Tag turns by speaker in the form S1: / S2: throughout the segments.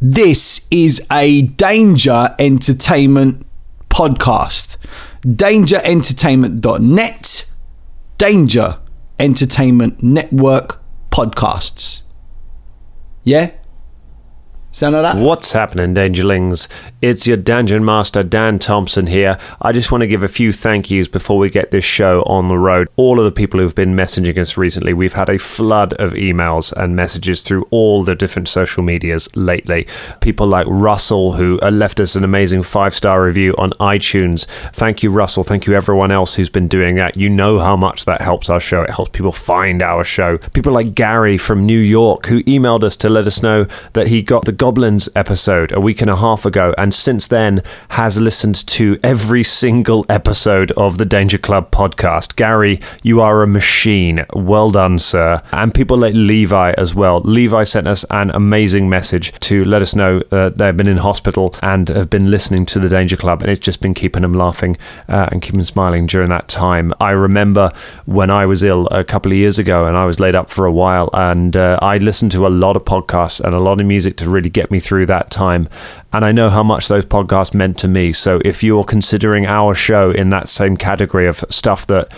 S1: This is a Danger Entertainment podcast. DangerEntertainment.net, Danger Entertainment Network podcasts. Yeah? Sound like that?
S2: What's happening, Dangerlings? It's your Dungeon Master, Dan Thompson, here. I just want to give a few thank yous before we get this show on the road. All of the people who've been messaging us recently, we've had a flood of emails and messages through all the different social medias lately. People like Russell, who uh, left us an amazing five star review on iTunes. Thank you, Russell. Thank you, everyone else who's been doing that. You know how much that helps our show. It helps people find our show. People like Gary from New York, who emailed us to let us know that he got the Goblins episode a week and a half ago, and since then has listened to every single episode of the Danger Club podcast. Gary, you are a machine. Well done, sir. And people like Levi as well. Levi sent us an amazing message to let us know uh, they've been in hospital and have been listening to the Danger Club, and it's just been keeping them laughing uh, and keeping them smiling during that time. I remember when I was ill a couple of years ago and I was laid up for a while, and uh, I listened to a lot of podcasts and a lot of music to really get me through that time. And I know how much those podcasts meant to me. So if you're considering our show in that same category of stuff that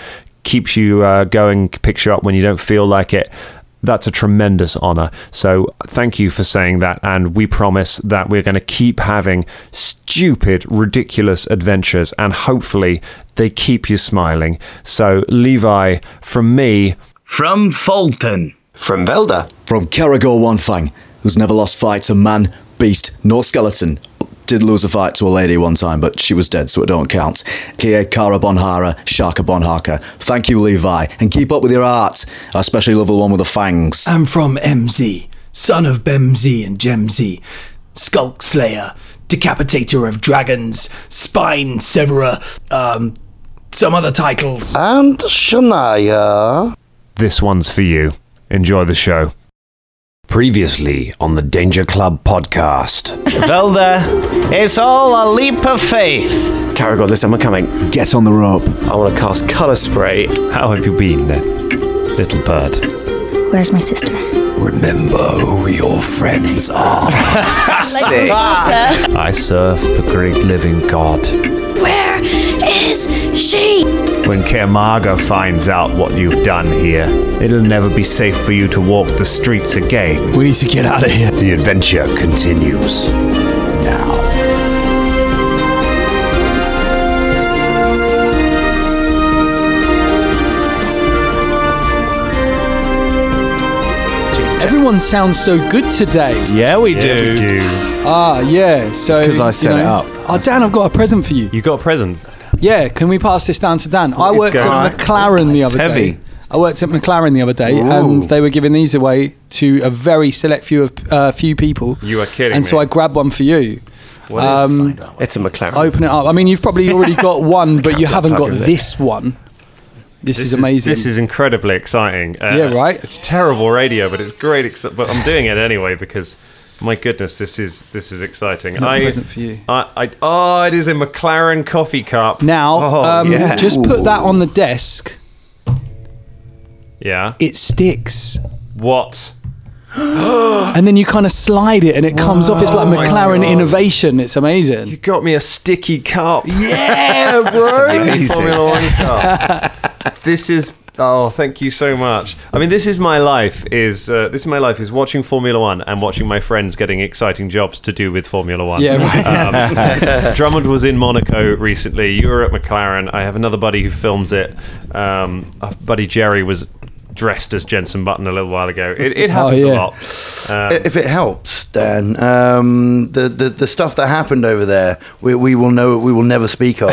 S2: keeps you uh, going, picks you up when you don't feel like it, that's a tremendous honor. So thank you for saying that. And we promise that we're going to keep having stupid, ridiculous adventures. And hopefully they keep you smiling. So, Levi, from me,
S3: From Fulton.
S4: From Velda.
S5: From Kerrigo One Fang, who's never lost fight to man, beast, nor skeleton. Did lose a fight to a lady one time, but she was dead, so it don't count. Kia Kara Bonhara, Shaka Bonhaka. Thank you, Levi, and keep up with your art. I especially love the one with the fangs.
S6: I'm from MZ, son of Bemzi and Gemzi, Skulk Slayer, Decapitator of Dragons, Spine Severer, um, some other titles.
S7: And Shania.
S2: this one's for you. Enjoy the show.
S8: Previously on the Danger Club podcast.
S3: Velda, it's all a leap of faith.
S4: Caragor, listen, we're coming.
S5: Get on the rope.
S4: I want to cast Colour Spray.
S2: How have you been, uh, little bird?
S9: Where's my sister?
S8: Remember who your friends are.
S2: I serve the great living god.
S9: Where is she?
S2: When Kermaga finds out what you've done here, it'll never be safe for you to walk the streets again.
S7: We need to get out of here.
S8: the adventure continues now.
S10: Everyone sounds so good today.
S3: Yeah, we do.
S10: Ah, yeah. So
S5: 'cause I set it up.
S10: Oh, Dan, I've got a present for you.
S2: You got a present.
S10: Yeah, can we pass this down to Dan? I worked at
S3: going-
S10: McLaren the other
S3: heavy.
S10: day. I worked at McLaren the other day, and they were giving these away to a very select few of uh, few people.
S2: You are kidding
S10: And so
S2: me.
S10: I grabbed one for you. Um,
S4: It's a McLaren.
S10: open it up. I mean, you've probably already got one, but you haven't got this one. This, is amazing.
S2: this is incredibly exciting. Uh,
S10: Yeah, right?
S2: It's terrible radio, but it's great. Ex- but I'm doing it anyway because, my goodness, this is this is exciting.
S10: Not a present for you.
S2: I, I, oh, it is a McLaren coffee cup.
S10: now,
S2: Oh,
S10: um,
S2: yeah.
S10: just put that on the desk.
S2: Yeah.
S10: It sticks.
S2: What?
S10: and then you kind of slide it and it comes off. It's like McLaren innovation. It's amazing.
S2: Oh You got me a sticky cup.
S10: yeah, bro.
S2: Formula One car. this is oh, thank you so much. I mean, this is my life. Is uh, this is my life? Is watching Formula One and watching my friends getting exciting jobs to do with Formula One.
S10: Yeah, right.
S2: Um, Drummond was in Monaco recently. You were at McLaren. I have another buddy who films it. Um, our buddy Jerry was dressed as Jensen Button a little while ago. It, it happens
S10: Oh, yeah.
S2: a lot. Um,
S7: If it helps, Dan, um, the, the the stuff that happened over there, we, we will know. We will never speak of.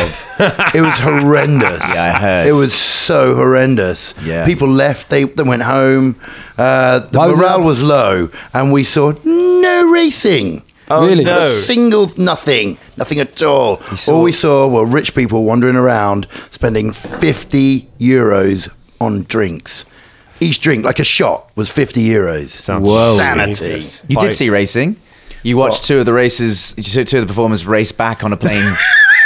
S7: it was horrendous.
S11: Yeah, I heard.
S7: It was so horrendous.
S11: Yeah.
S7: People left. They they went home. Uh, the
S10: Why was it
S7: morale
S10: up-
S7: was low, and we saw no racing.
S10: really?
S7: Not a
S2: No.
S7: single nothing, nothing at all. all we saw were rich people wandering around spending 50 euros on drinks. Each drink, like a shot, was 50 euros.
S2: Sounds
S7: Sanity.
S11: You
S2: Bike.
S11: did see racing. You watched two of the races. You saw two of the performers race back on a plane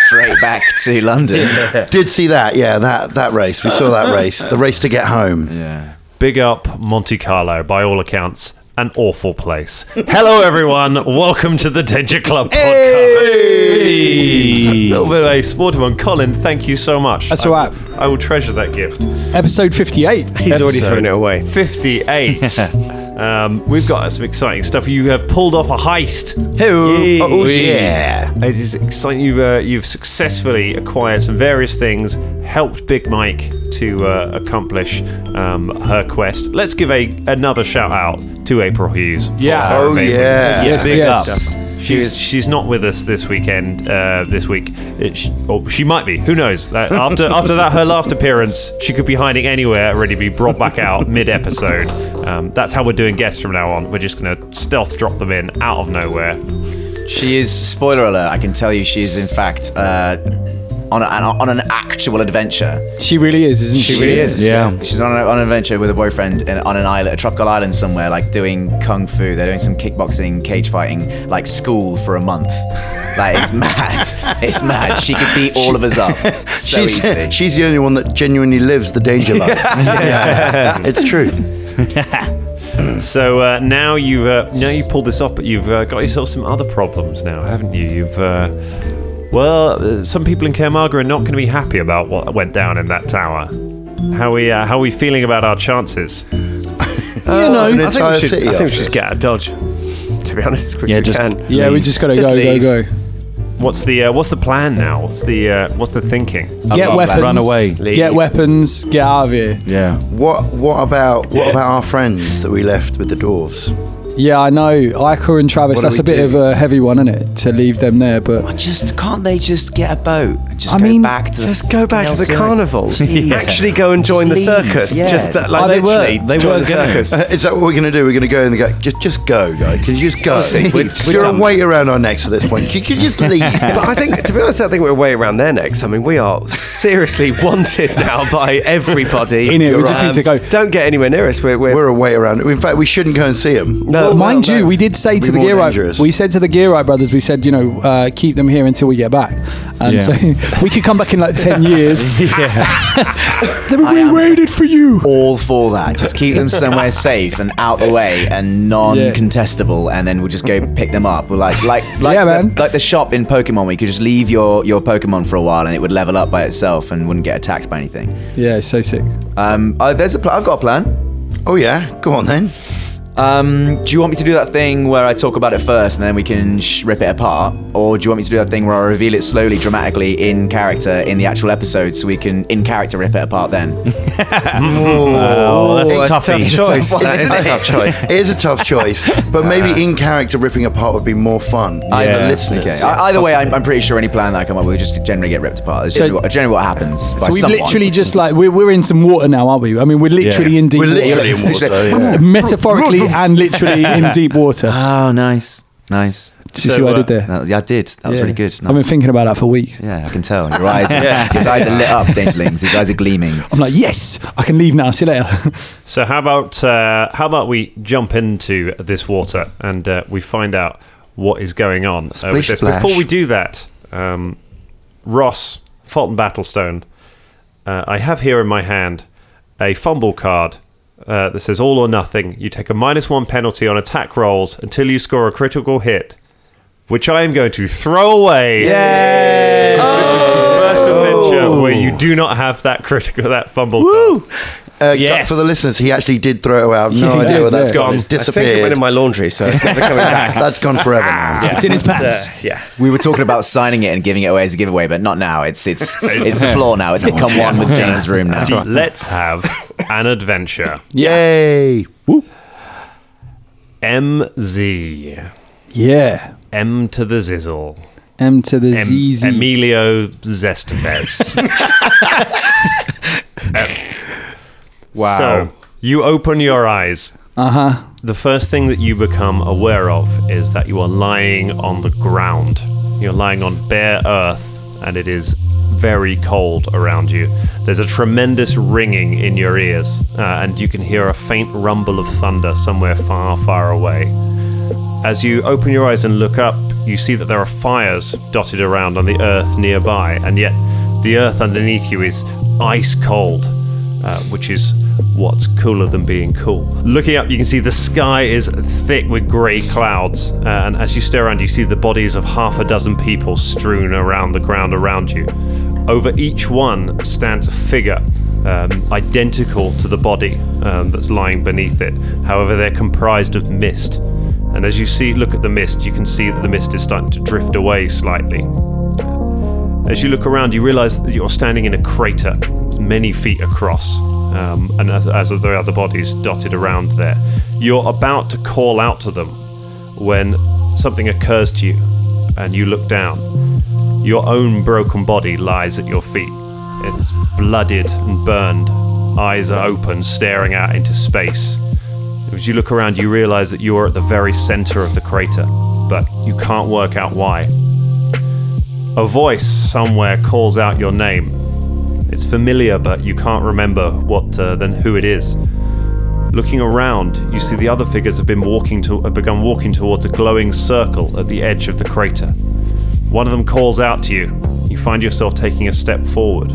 S11: straight back to London.
S7: Did see that, yeah, that, that race. We saw that race, the race to get home.
S2: Big up Monte Carlo by all accounts. an awful place. Hello, everyone. Welcome to the Danger Club podcast. A little bit of a sporty one. Colin, thank you so much.
S10: That's
S2: I
S10: all right.
S2: will- I will treasure that gift.
S10: Episode 58.
S2: Episode 58. um, we've got some exciting stuff. You have pulled off a heist.
S11: Hey.
S2: Oh, yeah. It is exciting. You've, uh, you've successfully acquired some various things, helped Big Mike to uh, accomplish um, her quest. Let's give a another shout out to April Hughes. for
S10: Yeah.
S2: her
S10: Oh,
S2: amazing-
S10: yeah. Yes,
S2: Big
S10: yes.
S2: up. She's, she's not with us this weekend. Uh, this week, It- she, or she might be. Who knows? Uh, after after that, her last appearance, she could be hiding anywhere, ready to be brought back out mid episode. Um, that's how we're doing guests from now on. We're just gonna stealth drop them in out of nowhere.
S11: She is. Spoiler alert! I can tell you, she is in fact uh, on, a, on an actual adventure.
S10: She really is, isn't she?
S11: She's on, a, on an adventure with a boyfriend in, on an island, a tropical island somewhere, like doing kung fu. They're doing some kickboxing, cage fighting, like school for a month. Like it's mad. It's mad. She could beat all of us up so
S7: she's,
S11: easily.
S7: she's the only one that genuinely lives the danger life.
S2: Yeah.
S7: It's true.
S2: So uh, now you've uh, now you've pulled this off, but you've uh, got yourself some other problems now, haven't you? You've uh, well, uh, some people in Kermaga are not going to be happy about what went down in that tower. How we uh, how we feeling about our chances?
S10: Uh,
S7: you know,
S12: I think,
S7: entire
S12: we should,
S7: city
S12: I think we
S7: after
S12: should
S7: this.
S12: get out of Dodge, to be honest. as quick
S2: Yeah,
S12: as we
S2: just-
S12: can.
S10: Yeah, we
S12: Leave.
S10: just gotta go,
S12: leave.
S10: go, go.
S2: What's the uh, what's the plan now? What's the uh, what's the thinking?
S10: Get weapons. Get weapons. Get out of here.
S11: Yeah.
S7: What What about What about our friends that we left with the dwarves?
S10: Yeah, I know. Iker and Travis,
S7: What do
S10: that's
S7: we
S10: a bit
S7: do?
S10: of a heavy one, isn't it? To leave them there, but.
S11: Just can't they just get a boat and just
S10: I
S11: go
S10: mean,
S11: back to the
S12: Just go back to the
S11: Nelson?
S12: carnival.
S11: Jeez.
S12: Actually go and join
S11: Just
S12: the
S11: leave.
S12: circus.
S11: Yeah.
S12: Just that, like
S11: Oh, they were-
S12: literally
S11: they
S12: join
S11: were
S12: the
S11: gonna.
S12: circus.
S7: Uh, Is that what we're going to do? We're going to go and go. Just, just go, guy. Can you just go?
S12: Honestly, we're- we're
S7: You're a
S12: done.
S7: weight around our necks at this point. You can just leave.
S12: but I think, to be honest, I think we're way around their necks. I mean, we are seriously wanted now by everybody. Um,
S10: In it, we just need to go.
S12: Don't get anywhere near us. We're, we're,
S7: we're a weight around. In fact, we shouldn't go and see him.
S12: no,
S10: Well, mind
S12: well,
S10: you,
S12: no.
S10: we did say
S7: Be
S10: to the
S7: more
S10: Gearite,
S7: dangerous.
S10: we said to the Gearite brothers, we said, you know, uh, keep them here until we get back, and
S13: Yeah.
S10: so we could come back in like ten years. we waited for you.
S11: All for that. Just keep them somewhere safe and out the way and non-contestable, and then we'll just go pick them up. We're like, like, like, the, like the shop in Pokemon, where you could just leave your your Pokemon for a while and it would level up by itself and wouldn't get attacked by anything.
S10: Yeah, so sick.
S11: Um, oh, there's a pl- I've got a plan.
S7: Oh yeah, go on then.
S11: Um, do you want me to do that thing where I talk about it first and then we can sh- rip it apart, or do you want me to do that thing where I reveal it slowly, dramatically in character in the actual episode, so we can in character rip it apart then?
S12: Oh, that's a
S7: It's
S12: tough choice. That is a tough choice.
S7: It is a tough choice. But maybe in character ripping apart would be more fun.
S11: Either,
S7: for the listeners.
S11: okay. I- either way, I'm, I'm pretty sure any plan that I come up with just generally get ripped apart. It's
S10: So-
S11: generally, what, generally what happens. by
S10: So we've
S11: someone.
S10: literally just like we're, we're in some water now, aren't we? I mean, we're literally in deep.
S11: We're
S10: water.
S11: literally in water, yeah.
S10: metaphorically and literally in deep water.
S11: Oh, nice, nice.
S10: Did you see
S11: uh,
S10: what I did there?
S11: That was- yeah, I did. That was
S10: Yeah.
S11: really good.
S10: I've been
S11: Nice.
S10: thinking about that for weeks.
S11: yeah, I can tell. Your eyes, his eyes are lit up, Dangerlings. His eyes are gleaming.
S10: I'm like, yes, I can leave now. See you later.
S2: So how about uh, how about we jump into this water and uh, we find out what is going on uh,
S7: Splish
S2: this.
S7: splash.
S2: Before we do that, um, Ross Fulton Battlestone, uh, I have here in my hand a fumble card. Uh, that says all or nothing. You take a minus one penalty on attack rolls until you score a critical hit, which I am going to throw away. Yay! This is the first
S11: Oh!
S2: adventure where you do not have that critical, that fumble card.
S7: Uh,
S2: Yes.
S7: For the listeners, he actually did throw it away. I have no
S2: Yeah, he
S7: idea
S2: did,
S7: where that's
S2: yeah.
S7: gone.
S2: I
S7: It's
S2: think it
S7: disappeared.
S12: went in my laundry, so it's never coming back.
S7: that's gone forever now.
S11: Yeah.
S12: It's in his pants. Uh, yeah.
S11: We were talking about signing it and giving it away as a giveaway, but not now. It's it's it's the floor now. It's become one with James' room now.
S2: See, Let's have an adventure.
S7: Yay!
S2: MZ.
S10: Yeah.
S2: M to the zizzle.
S10: M to the
S2: Em-
S10: ZZ.
S2: Emilio Zestevez. Em.
S10: Wow.
S2: So, you open your eyes.
S10: Uh huh.
S2: The first thing that you become aware of is that you are lying on the ground. You're lying on bare earth, and it is very cold around you. There's a tremendous ringing in your ears, uh, and you can hear a faint rumble of thunder somewhere far, far away. As you open your eyes and look up, you see that there are fires dotted around on the earth nearby, and yet the earth underneath you is ice cold, uh, which is what's cooler than being cool. Looking up, you can see the sky is thick with grey clouds, uh, and as you stare around, you see the bodies of half a dozen people strewn around the ground around you. Over each one stands a figure um, identical to the body um, that's lying beneath it. However, they're comprised of mist. And as you see, look at the mist, you can see that the mist is starting to drift away slightly. As you look around, you realize that you're standing in a crater many feet across, um, and as, as are the other bodies dotted around there. You're about to call out to them when something occurs to you, and you look down. Your own broken body lies at your feet. It's blooded and burned, eyes are open, staring out into space. As you look around, you realize that you're at the very center of the crater, but you can't work out why. A voice somewhere calls out your name. It's familiar, but you can't remember what uh, then who it is. Looking around, you see the other figures have been walking to have begun walking towards a glowing circle at the edge of the crater. One of them calls out to you. You find yourself taking a step forward.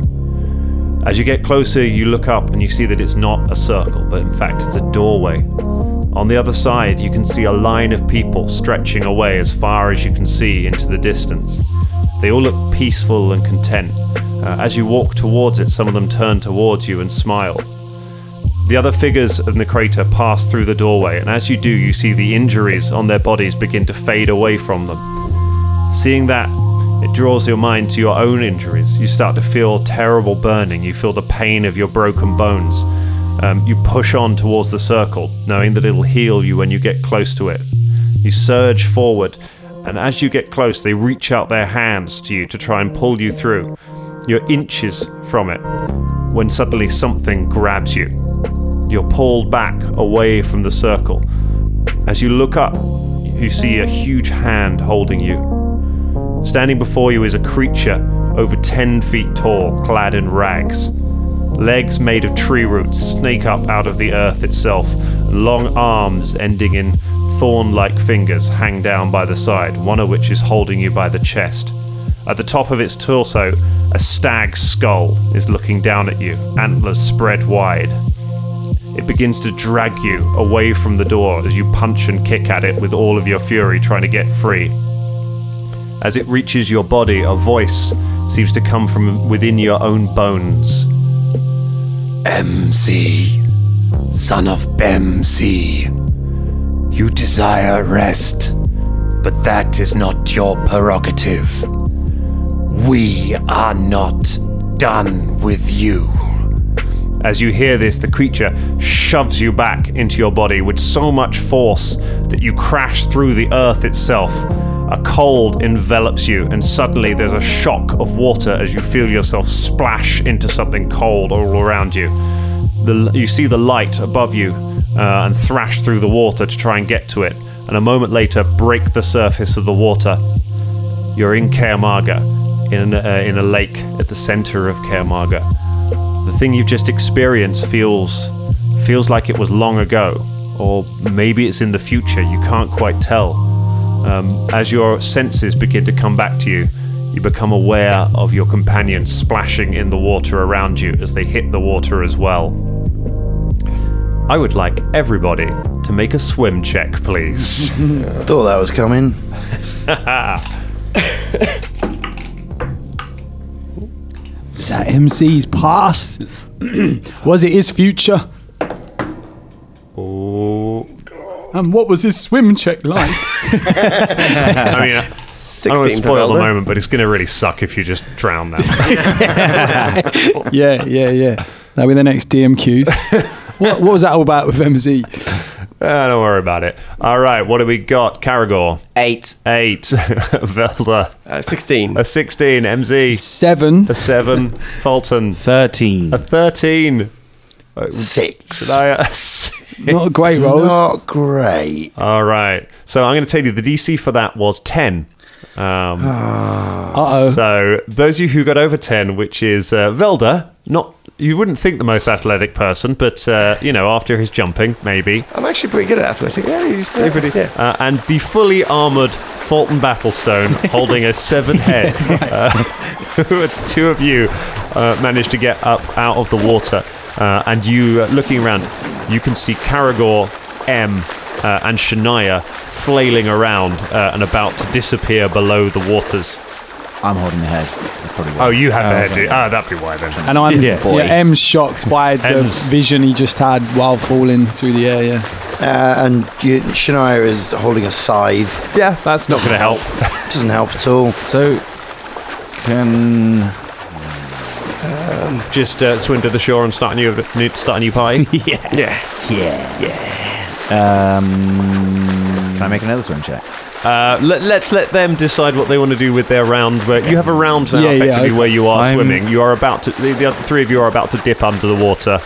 S2: As you get closer, you look up and you see that it's not a circle, but in fact it's a doorway. On the other side, you can see a line of people stretching away as far as you can see into the distance. They all look peaceful and content. Uh, as you walk towards it, some of them turn towards you and smile. The other figures in the crater pass through the doorway, and as you do, you see the injuries on their bodies begin to fade away from them. Seeing that, it draws your mind to your own injuries. You start to feel terrible burning. You feel the pain of your broken bones. Um, you push on towards the circle, knowing that it'll heal you when you get close to it. You surge forward, and as you get close, they reach out their hands to you to try and pull you through. You're inches from it when suddenly something grabs you. You're pulled back away from the circle. As you look up, you see a huge hand holding you. Standing before you is a creature over 10 feet tall, clad in rags. Legs made of tree roots snake up out of the earth itself, and long arms ending in thorn like fingers hang down by the side, one of which is holding you by the chest. At the top of its torso, a stag's skull is looking down at you, antlers spread wide. It begins to drag you away from the door as you punch and kick at it with all of your fury, trying to get free. As it reaches your body, a voice seems to come from within your own bones.
S13: MC, son of Bemsi, you desire rest, but that is not your prerogative. We are not done with you.
S2: As you hear this, the creature shoves you back into your body with so much force that you crash through the earth itself. A cold envelops you, and suddenly there's a shock of water as you feel yourself splash into something cold all around you. The, you see the light above you uh, and thrash through the water to try and get to it, and a moment later break the surface of the water. You're in Caermarga, in, an, uh, in a lake at the center of Caermarga. The thing you've just experienced feels feels like it was long ago, or maybe it's in the future. You can't quite tell. Um, as your senses begin to come back to you, you become aware of your companions splashing in the water around you as they hit the water as well. I would like everybody to make a swim check, please.
S7: Thought that was coming.
S10: Is that MC's past? was it his future?
S2: Oh.
S10: And what was his swim check like?
S2: I mean, I don't want
S10: 16
S2: to spoil the
S10: Pavelda.
S2: moment, but it's going to really suck if you just drown now.
S10: yeah, yeah, yeah. That'll be the next DMQs. what, what was that all about with MZ?
S2: Ah, don't worry about it. All right, what have we got? Caragor. Eight. Eight. Velda. Uh, 16. A 16. MZ.
S10: Seven.
S2: A seven. Fulton.
S14: 13.
S2: A 13.
S7: Six.
S2: uh,
S10: Not great rolls.
S7: Not great.
S2: All right. So I'm going to tell you the DC for that was 10. Um,
S10: oh.
S2: So those of you who got over 10, which is uh, Velda, not. You wouldn't think the most athletic person, but uh, you know, after his jumping, maybe.
S12: I'm actually pretty good at athletics. Yeah, he's
S2: Yeah,
S12: pretty good.
S2: Uh, and the fully armored Fulton Battlestone holding a severed head. Uh, who- it's two of you uh, managed to get up out of the water. Uh, and you, uh, looking around, you can see Caragor, M, uh, and Shania flailing around uh, and about to disappear below the waters.
S11: I'm holding the head. That's probably
S2: Oh, you have
S10: Oh,
S2: the
S10: okay.
S2: head. Ah, that'd be why then.
S10: And I'm yeah, M's shocked by the
S7: M's.
S10: vision he just had while falling through the air. Yeah.
S7: Uh, and you, Shania is holding a scythe.
S12: Yeah, that's
S7: not going to help. Doesn't help at all.
S11: So, can
S2: just uh, swim to the shore and start a new, new start a new party.
S12: yeah, yeah,
S11: yeah, yeah. Um, can I make another swim check?
S2: Uh, let, let's let them decide what they want to do with their round. Where you have a round now,
S11: Yeah, yeah,
S2: effectively,
S11: okay.
S2: where you are
S11: I'm-
S2: swimming. You are about to. The, the other three of you are about to dip under the water.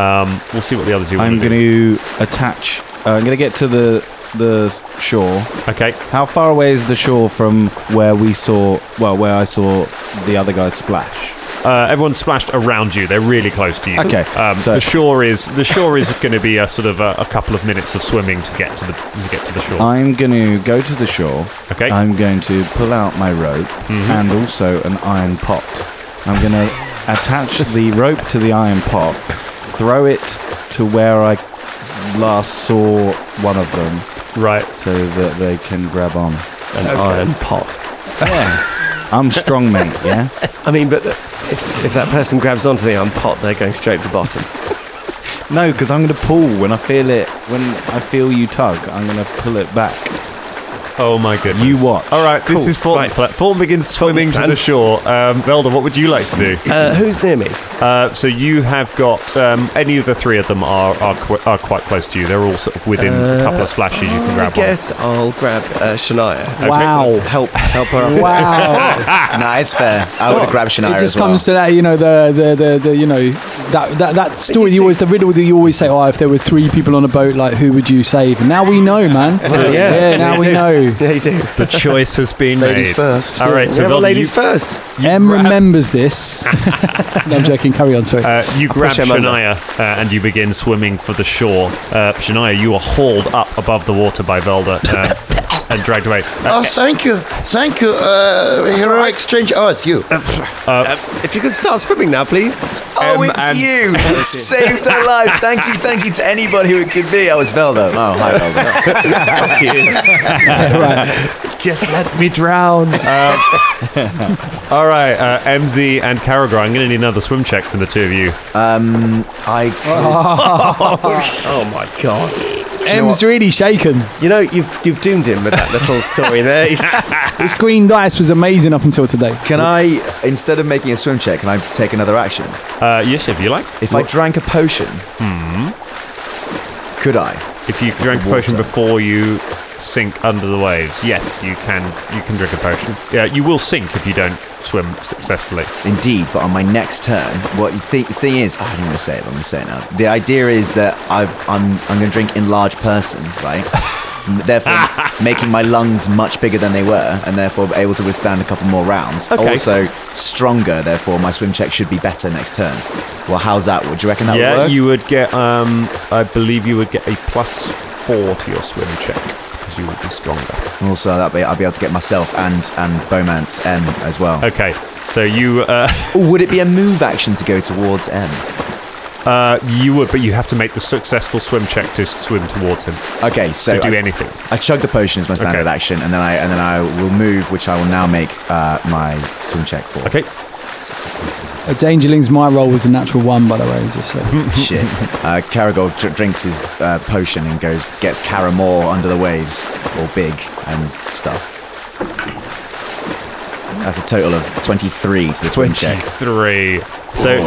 S2: Um, we'll see what the others do.
S14: I'm
S2: do.
S14: going to attach. Uh, I'm going to get to the the shore.
S2: Okay.
S14: How far away is the shore from where we saw? Well, where I saw the other guy splash.
S2: Uh, everyone's splashed around you. They're really close to you.
S14: Okay,
S2: Um,
S14: so-
S2: the shore is the shore is going to be a sort of a, a couple of minutes of swimming to get to the to get to the shore.
S14: I'm going to go to the shore.
S2: Okay. Mm-hmm.
S14: I'm going to pull out my rope and also an iron pot. I'm going to attach the rope to the iron pot, throw it to where I last saw one of them.
S2: Right.
S14: So that they can grab on an
S12: Okay.
S14: iron pot. Yeah. I'm strong, mate, yeah?
S12: I mean, but if, if that person grabs onto the arm pot, they're going straight to the bottom.
S14: No, because I'm going to pull when I feel it. When I feel you tug, I'm going to pull it back.
S2: Oh my goodness!
S14: You watch.
S2: All right, this is Fulton's plan. Fulton begins swimming to the shore. Um, Velda, what would you like to do?
S12: Uh, who's near me?
S2: Uh, so you have got um, any of the three of them are are, qu- are quite close to you. They're all sort of within a couple of splashes. You can
S12: Uh,
S2: grab
S12: I guess I'll grab uh, Shania.
S2: Okay. Wow.
S12: Sort of help, help her up.
S10: Wow.
S11: nah, it's fair. I would have grabbed Shania
S10: it just
S11: as well.
S10: comes to that, you know, the the, the, the you know that, that that story you always the riddle that you always say, oh, if there were three people on a boat, like who would you save? And now we know, man.
S12: Yeah,
S10: now
S12: you
S10: we
S12: do.
S10: know.
S12: Yeah, you do.
S2: The choice has been
S12: Ladies
S2: made.
S12: first.
S2: All right, so
S12: Yeah, well,
S2: Velda,
S12: ladies
S2: you-
S12: first.
S10: Em remembers this. no, I'm joking. Carry on. Sorry.
S2: Uh, you grab
S10: push him under.
S2: Shania uh, and you begin swimming for the shore. Uh, Shania, you are hauled up above the water by Velda uh, and dragged away.
S7: Oh, thank you, thank you, uh, heroic stranger. Oh, it's you.
S12: Uh, if you could start swimming now, please. Um,
S11: Oh, it's you! Saved our life. Thank you, thank you to anybody who it could be. Oh, it's Velda. Oh, hi, Velda.
S2: Just let me drown.
S12: Uh,
S2: Um, all right, uh, MZ and Karagor, I'm going to need another swim check from the two of you.
S11: Um, I.
S12: Oh,
S2: my god.
S10: M's really shaken.
S12: You know, you've, you've doomed him with that little story there. He's-
S10: His green dice was amazing up until today.
S11: Can I, instead of making a swim check, can I take another action?
S2: Uh, yes, if you like.
S11: If I drank a potion,
S2: Hmm.
S11: could I?
S2: If you drank a potion before you sink under the waves, yes, you can. You can drink a potion. Yeah, you will sink if you don't swim successfully.
S11: Indeed, but on my next turn, what you think, the thing is, oh, I didn't want to say it, but I'm going to say it now. The idea is that I've, I'm, I'm going to drink in large person, right? therefore, making my lungs much bigger than they were, and therefore able to withstand a couple more rounds.
S2: Okay.
S11: Also, stronger, therefore, my swim check should be better next turn. Well, how's that? Would you reckon that
S2: yeah,
S11: would work?
S2: you would get. Um, I believe you would get a plus four to your swim check because you would be stronger.
S11: also, that be, I'll be able to get myself and, and Bomance M as well.
S2: Okay, so you. Uh...
S11: would it be a move action to go towards M?
S2: Uh, you would, but you have to make the successful swim check to s- swim towards him.
S11: Okay, so
S2: to do
S11: I-
S2: anything.
S11: I chug the potion as my standard action, and then I and then I will move, which I will now make uh, my swim check for.
S2: Okay.
S10: Uh, Dangerling's my role was a natural one, by the way. Just so.
S11: Shit. Uh, Caragol dr- drinks his uh, potion and goes gets Caramore under the waves, all big and stuff. That's a total of twenty-three to the swim check.
S2: Three. So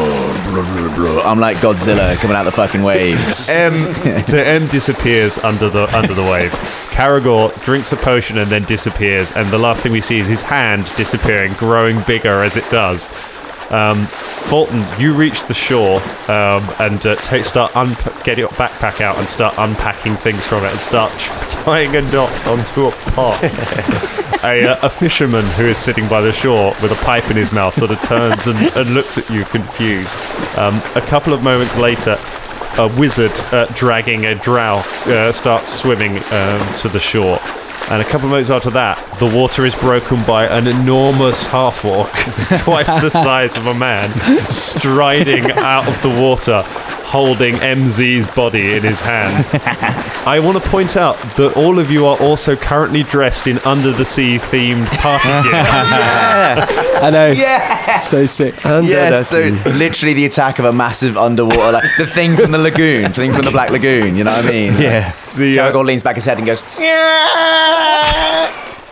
S11: I'm like Godzilla coming out the fucking waves.
S2: M so M disappears under the under the waves. Caragor drinks a potion and then disappears, and the last thing we see is his hand disappearing, growing bigger as it does. Um, Fulton, you reach the shore um, and uh, take, start unp- get your backpack out and start unpacking things from it and start tr- tying a knot onto a pot. a, uh, a fisherman who is sitting by the shore with a pipe in his mouth sort of turns and, and looks at you confused. Um, a couple of moments later, a wizard uh, dragging a drow uh, starts swimming um, to the shore. And a couple of moments after that, the water is broken by an enormous half orc, twice the size of a man, striding out of the water, holding MZ's body in his hands. I want to point out that all of you are also currently dressed in under the sea themed party gear.
S10: I know.
S11: Yeah.
S10: So sick.
S11: Yes, so literally the attack of a massive underwater, like the thing from the lagoon, the thing from the Black Lagoon. You know what I mean?
S2: Yeah. The
S12: uh,
S11: Caragor leans back his head and goes,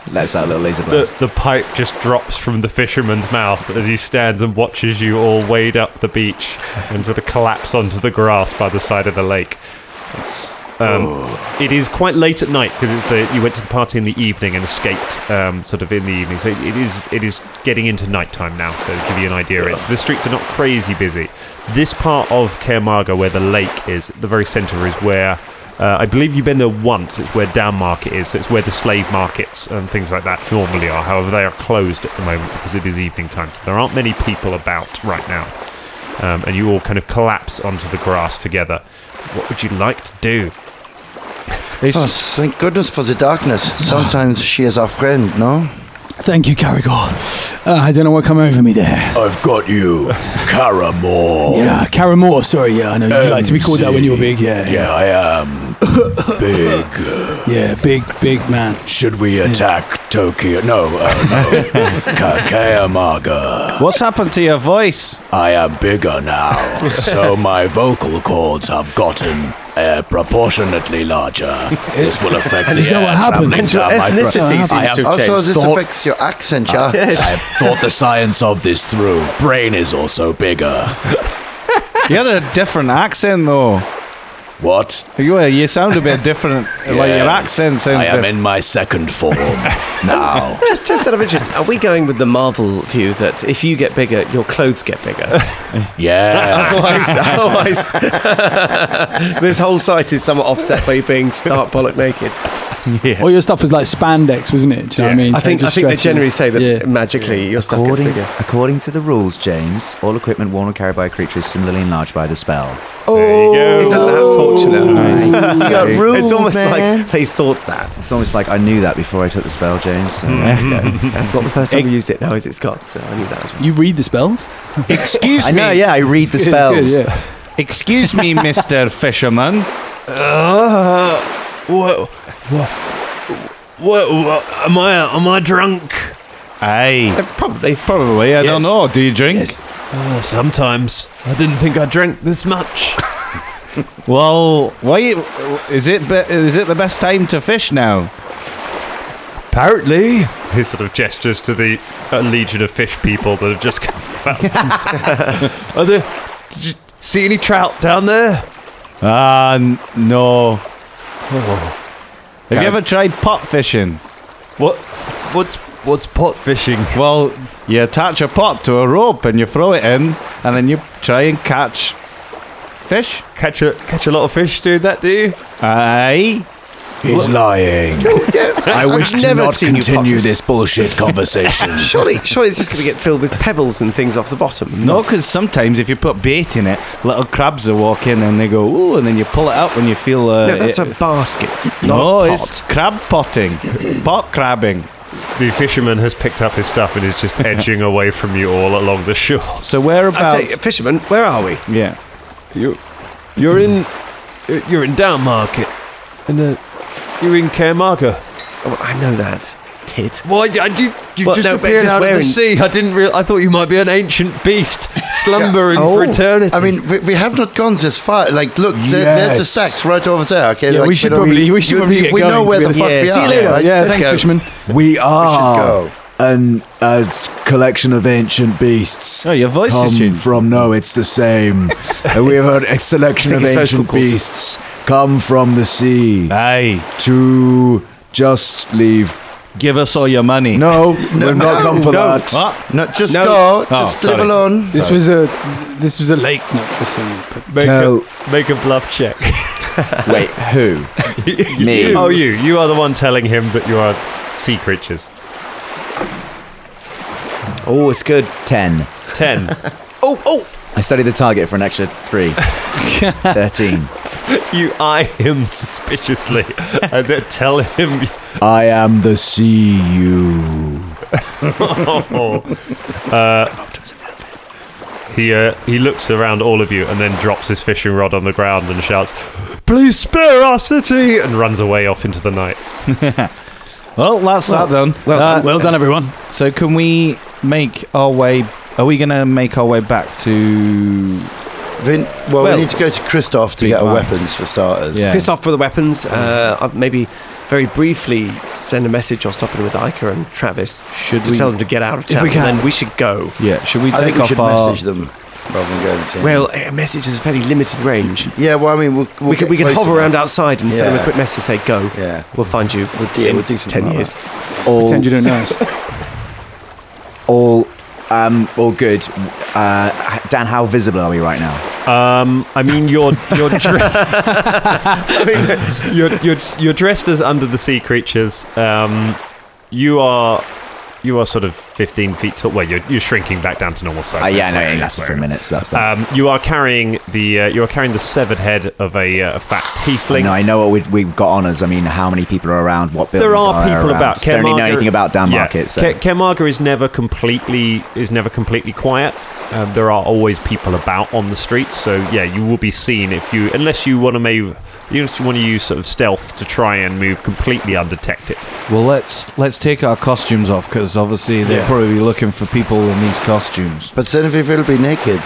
S11: That's that little laser
S2: The, the pipe just drops from the fisherman's mouth as he stands and watches you all wade up the beach and sort of collapse onto the grass by the side of the lake. Um, it is quite late at night because it's the you went to the party in the evening and escaped um, sort of in the evening. So it is it is getting into nighttime now. So to give you an idea, it's the streets are not crazy busy. This part of Kermarga where the lake is, the very centre, is where. Uh, I believe you've been there once. It's where Down Market is. It's where the slave markets and things like that normally are. However, they are closed at the moment because it is evening time. So there aren't many people about right now. Um, and you all kind of collapse onto the grass together. What would you like to do?
S7: oh, thank goodness for the darkness. Sometimes she is our friend, no?
S10: Thank you, Caragor. Uh, I don't know what come over me there.
S15: I've got you, Caramore.
S10: Yeah, Caramore, sorry, yeah, I know. You like to be called that when you were big, yeah.
S15: Um, Yeah, I am. Big.
S10: Yeah, big, big man.
S15: Should we attack Tokyo? No, uh, no. Kakeyamaga.
S14: What's happened to your voice?
S15: I am bigger now, so my vocal cords have gotten uh, proportionately larger. This will affect
S7: And
S15: the
S7: is that
S15: air
S7: what happened?
S15: traveling
S7: Is that
S15: down my throat.
S7: what happened? Is that what
S15: I
S7: happened?
S15: have
S7: Also, this
S15: thought-
S7: affects your accent, yeah?
S15: I- I have thought the science of this through. Brain is also bigger.
S14: You had a different accent though.
S15: What?
S14: You, uh, you sound a bit different. Like
S15: Yes,
S14: your accent sounds.
S15: I am
S14: different.
S15: in my second form now.
S12: Just, just out of interest, are we going with the Marvel view that if you get bigger, your clothes get bigger?
S15: Yeah.
S12: otherwise, otherwise this whole site is somewhat offset by you being stark bollock naked. Yeah.
S10: All your stuff was like spandex, wasn't it? Do you know what I mean?
S12: I
S10: So it
S12: think, I
S10: just
S12: think they
S10: stretches.
S12: generally say that magically your stuff gets
S11: According,
S12: bigger.
S11: according to the rules, James, all equipment worn or carried by a creature is similarly enlarged by the spell.
S12: Oh, isn't that fortunate?
S11: Nice.
S12: You got ruled, It's almost like man.
S11: they thought that. It's almost like I knew that before I took the spell, James. So there
S13: Hmm.
S11: you go.
S12: That's not the first time we used it now, is it, Scott? So I knew that as well.
S10: You read the spells?
S14: Excuse
S11: I
S14: me.
S11: know, yeah, I read the spells.
S14: Excuse- excuse- Excuse me, Mister Fisherman.
S13: Uh, what, what, what, am I, am I drunk?
S14: Hey.
S13: Probably.
S14: Probably, I
S13: Yes.
S14: don't know. Do you drink?
S13: Oh, sometimes. I didn't think I drank this much.
S14: Well, why you- is it? Be, is it the best time to fish now?
S13: Apparently.
S2: He sort of gestures to the uh, legion of fish people that have just come out.
S13: Are there, did you see any trout down there?
S14: Ah, n- no. Have you ever tried pot fishing?
S13: What? What's what's pot fishing?
S14: Well, you attach a pot to a rope and you throw it in, and then you try and catch fish.
S13: Catch a catch a lot of fish doing that, do you?
S14: Aye.
S15: He's lying. I wish
S12: I've
S15: to
S12: never
S15: not
S12: seen you
S15: continue
S12: pocket-
S15: this bullshit conversation.
S12: Surely, surely it's just going to get filled with pebbles and things off the bottom.
S14: No, because sometimes if you put bait in it, little crabs will walk in and they go, ooh, and then you pull it up when you feel. Uh,
S12: No, that's
S14: it-
S12: a basket.
S14: No, it's crab potting, pot crabbing.
S2: the fisherman has picked up his stuff and is just edging away from you all along the shore.
S14: So whereabouts?
S12: fisherman, where are we?
S14: Yeah.
S13: You, you're in, you're in down market, and uh, you're in Caremarga.
S12: Oh, I know that. Tit.
S13: Why did you? You
S12: Well,
S13: just
S12: no, but
S13: appeared
S12: just
S13: out of
S12: wearing-
S13: the sea. I didn't real. I thought you might be an ancient beast slumbering for
S7: Oh.
S13: eternity.
S7: I mean, we, we have not gone this far. Like, look, there, there's the
S13: Yes.
S7: stacks right over there. Okay,
S13: Yeah,
S7: like,
S13: we should
S7: don't-
S13: probably- we should
S7: you-
S13: probably get
S7: We know
S13: going,
S7: where
S13: to
S7: the
S13: be
S7: fuck
S13: honest.
S7: we
S13: Yeah,
S7: are.
S13: see you later.
S7: right?
S13: Yeah,
S7: Let's
S13: thanks,
S7: go.
S13: fisherman.
S15: We are
S7: go.
S15: an a collection of ancient beasts. Oh,
S14: your voice
S15: come
S14: is changed.
S15: from no, it's the same. Uh, we have a selection
S14: I
S15: of
S14: think it's vocal
S15: ancient
S14: cords.
S15: beasts come from the sea.
S14: Aye.
S15: To just leave.
S14: Give us all your money.
S15: No, we've not come for
S14: no.
S15: that.
S14: What?
S7: No, just
S14: No.
S7: go.
S14: Oh,
S7: Just
S14: sorry.
S7: live alone.
S10: This
S15: Sorry.
S10: was a this was a lake, not the sea. But
S2: Make,
S15: Tell-
S2: a, make a bluff check.
S11: Wait, who? Me.
S2: Oh, you. You are the one telling him that you are sea creatures.
S11: Oh, it's good. Ten.
S2: Ten.
S11: oh, oh! I studied the target for an extra three. Thirteen.
S2: you eye him suspiciously and then tell him
S15: I am the sea you.
S2: Oh. uh, he uh, he looks around all of you and then drops his fishing rod on the ground and shouts, "Please spare our city!" and runs away off into the night.
S14: Well, that's
S2: Well,
S14: that done.
S2: well
S14: Uh,
S2: done- well done, everyone.
S14: So, can we make our way? Are we going to make our way back to?
S7: Vin, well, we need to go to Christoph to get our weapons for starters.
S12: Yeah. off for the weapons.
S14: Mm.
S12: Uh, I'll maybe very briefly send a message or stop in with Ica and Travis
S14: Should
S12: to
S14: we-
S12: tell them to get out of
S14: If
S12: town.
S14: we can.
S12: then we should go.
S14: Yeah, should we
S7: I
S14: take
S7: think we
S14: off
S7: should
S14: our?
S7: message them rather than going to.
S12: Well, a message is a very limited range.
S7: Yeah, well, I mean, we'll, we'll
S12: we could,
S7: get
S12: we could
S7: close
S12: hover
S7: enough.
S12: around outside and send them a
S7: Yeah.
S12: quick message say, go.
S7: Yeah.
S12: We'll find you
S7: Yeah,
S12: in
S7: we'll do something like
S12: 10 years.
S11: All,
S12: Pretend you
S10: don't know us.
S11: all, um, all good. Uh, Dan, how visible are we right now?
S2: Um, I mean, you're you're dre- I mean, you're, you're you're dressed as under the sea creatures. Um, you are you are sort of 15 feet tall. Well, you're you're shrinking back down to normal size.
S11: Uh, yeah, I
S2: That's
S11: know.
S2: where
S11: It
S2: it is,
S11: lasted
S2: where
S11: for a
S2: it
S11: minute, so that's that.
S2: Um, you are carrying the uh, you are carrying the severed head of a, uh, a fat tiefling.
S11: No, I know what we've, we've got on us. I mean, how many people are around? What buildings
S2: there are people
S11: around.
S2: about.
S11: Don't really know
S2: Kermarga-
S11: anything about Dan
S2: Yeah.
S11: Market. So.
S2: Ke- Kermarga is never completely is never completely quiet. Um, there are always people about on the streets, so yeah, you will be seen if you unless you want to move. You just want to use sort of stealth to try and move completely undetected.
S14: Well, let's let's take our costumes off because obviously they're
S2: Yeah.
S14: probably looking for people in these costumes.
S7: But then if we will be naked.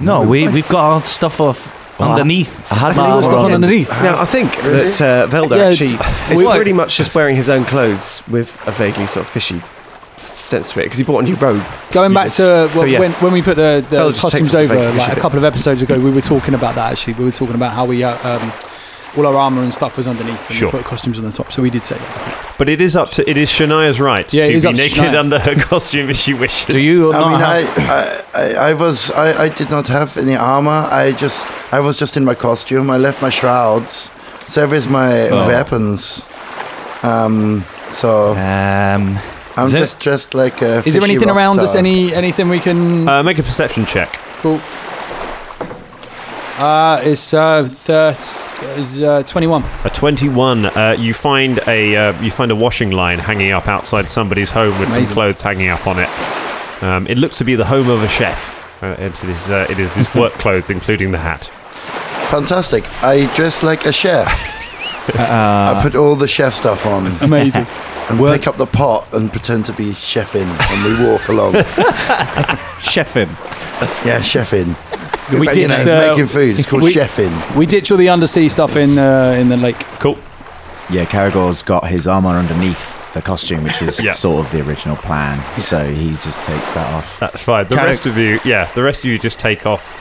S14: No, we we've got our stuff off
S12: Well, I-
S14: underneath.
S12: I had my
S14: stuff underneath.
S12: underneath. Now, I think
S14: Really?
S12: that uh, Velda
S14: Yeah,
S12: actually
S14: it's
S12: is
S14: like-
S12: pretty much just wearing his own clothes with a vaguely sort of fishy sense to it because he bought a new robe.
S10: Going back to uh,
S12: So, yeah.
S10: when, when we put the,
S12: Fella
S10: the
S12: just
S10: costumes
S12: takes off the
S10: over,
S12: vacation
S10: like a
S12: bit.
S10: couple of episodes ago, we were talking about that actually. We were talking about how we, uh, um, all our armour and stuff was underneath and
S2: Sure.
S10: we put costumes on the top. So we did say that.
S2: But it is up to it is Shania's right
S10: Yeah, it
S2: to
S10: is
S2: be
S10: up to
S2: naked
S10: Shania.
S2: under her costume if she wishes.
S7: I mean, I, I, I, I was, I, I did not have any armor. I just, I was just in my costume. I left my shrouds. So with my
S14: Oh.
S7: weapons. Um, so.
S14: Um,
S7: I'm
S10: is there-
S7: just dressed like a.
S10: Is there
S7: fishy
S10: anything
S7: rock
S10: around
S7: star.
S10: us? Any anything we can?
S13: Um,
S2: Uh, make a perception check.
S10: Cool. Uh, it's uh, thir- uh, 21.
S2: A twenty-one. Uh, you find a uh, you find a washing line hanging up outside somebody's home with some
S10: Amazing.
S2: clothes hanging up on it. Um, it looks to be the home of a chef. Uh, and it is uh, it is his work clothes, including the hat.
S7: Fantastic! I dress like a chef. I put all the chef stuff on.
S10: Uh-uh. Amazing.
S7: And pick up the pot and pretend to be chefing, and we walk along.
S14: chefing.
S7: Yeah, chefing.
S10: We
S7: It's, you
S10: ditched
S7: know,
S10: the-
S7: making food. It's called
S10: we-
S7: chefing.
S10: We ditch all the undersea stuff in uh, in the lake.
S2: Cool.
S11: Yeah, Caragor's got his armor underneath the costume, which was
S2: Yeah.
S11: sort of the original plan. So he just takes that off.
S2: That's fine. The
S11: Carag-
S2: rest of you, yeah, the rest of you just take off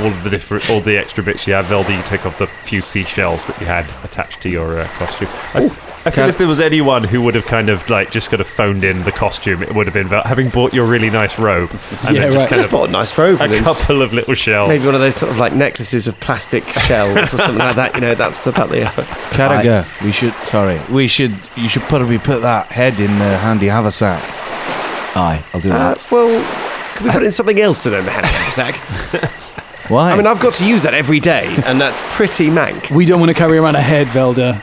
S2: all of the different, all the extra bits you had. Velda, you take off the few seashells that you had attached to your uh, costume. I, I feel
S11: Car-
S2: if there was anyone who would have kind of like just kind of phoned in the costume, it would have been Vel- having bought your really nice robe. And
S12: Yeah,
S2: then just
S12: right.
S2: kind
S12: Just
S2: of
S12: bought a nice robe and
S2: a
S12: then-
S2: couple of little shells.
S12: Maybe one of those sort of like necklaces of plastic shells or something like that. You know, that's about the effort.
S14: Carragher, we should. Sorry, we should. You should probably put that head in the handy haversack.
S11: Aye, I'll do
S12: Uh, well, can we put in something else in a hand sack?
S14: Why?
S12: I mean, I've got to use that every day, and that's pretty mank.
S10: We don't want to carry around a head, Velda.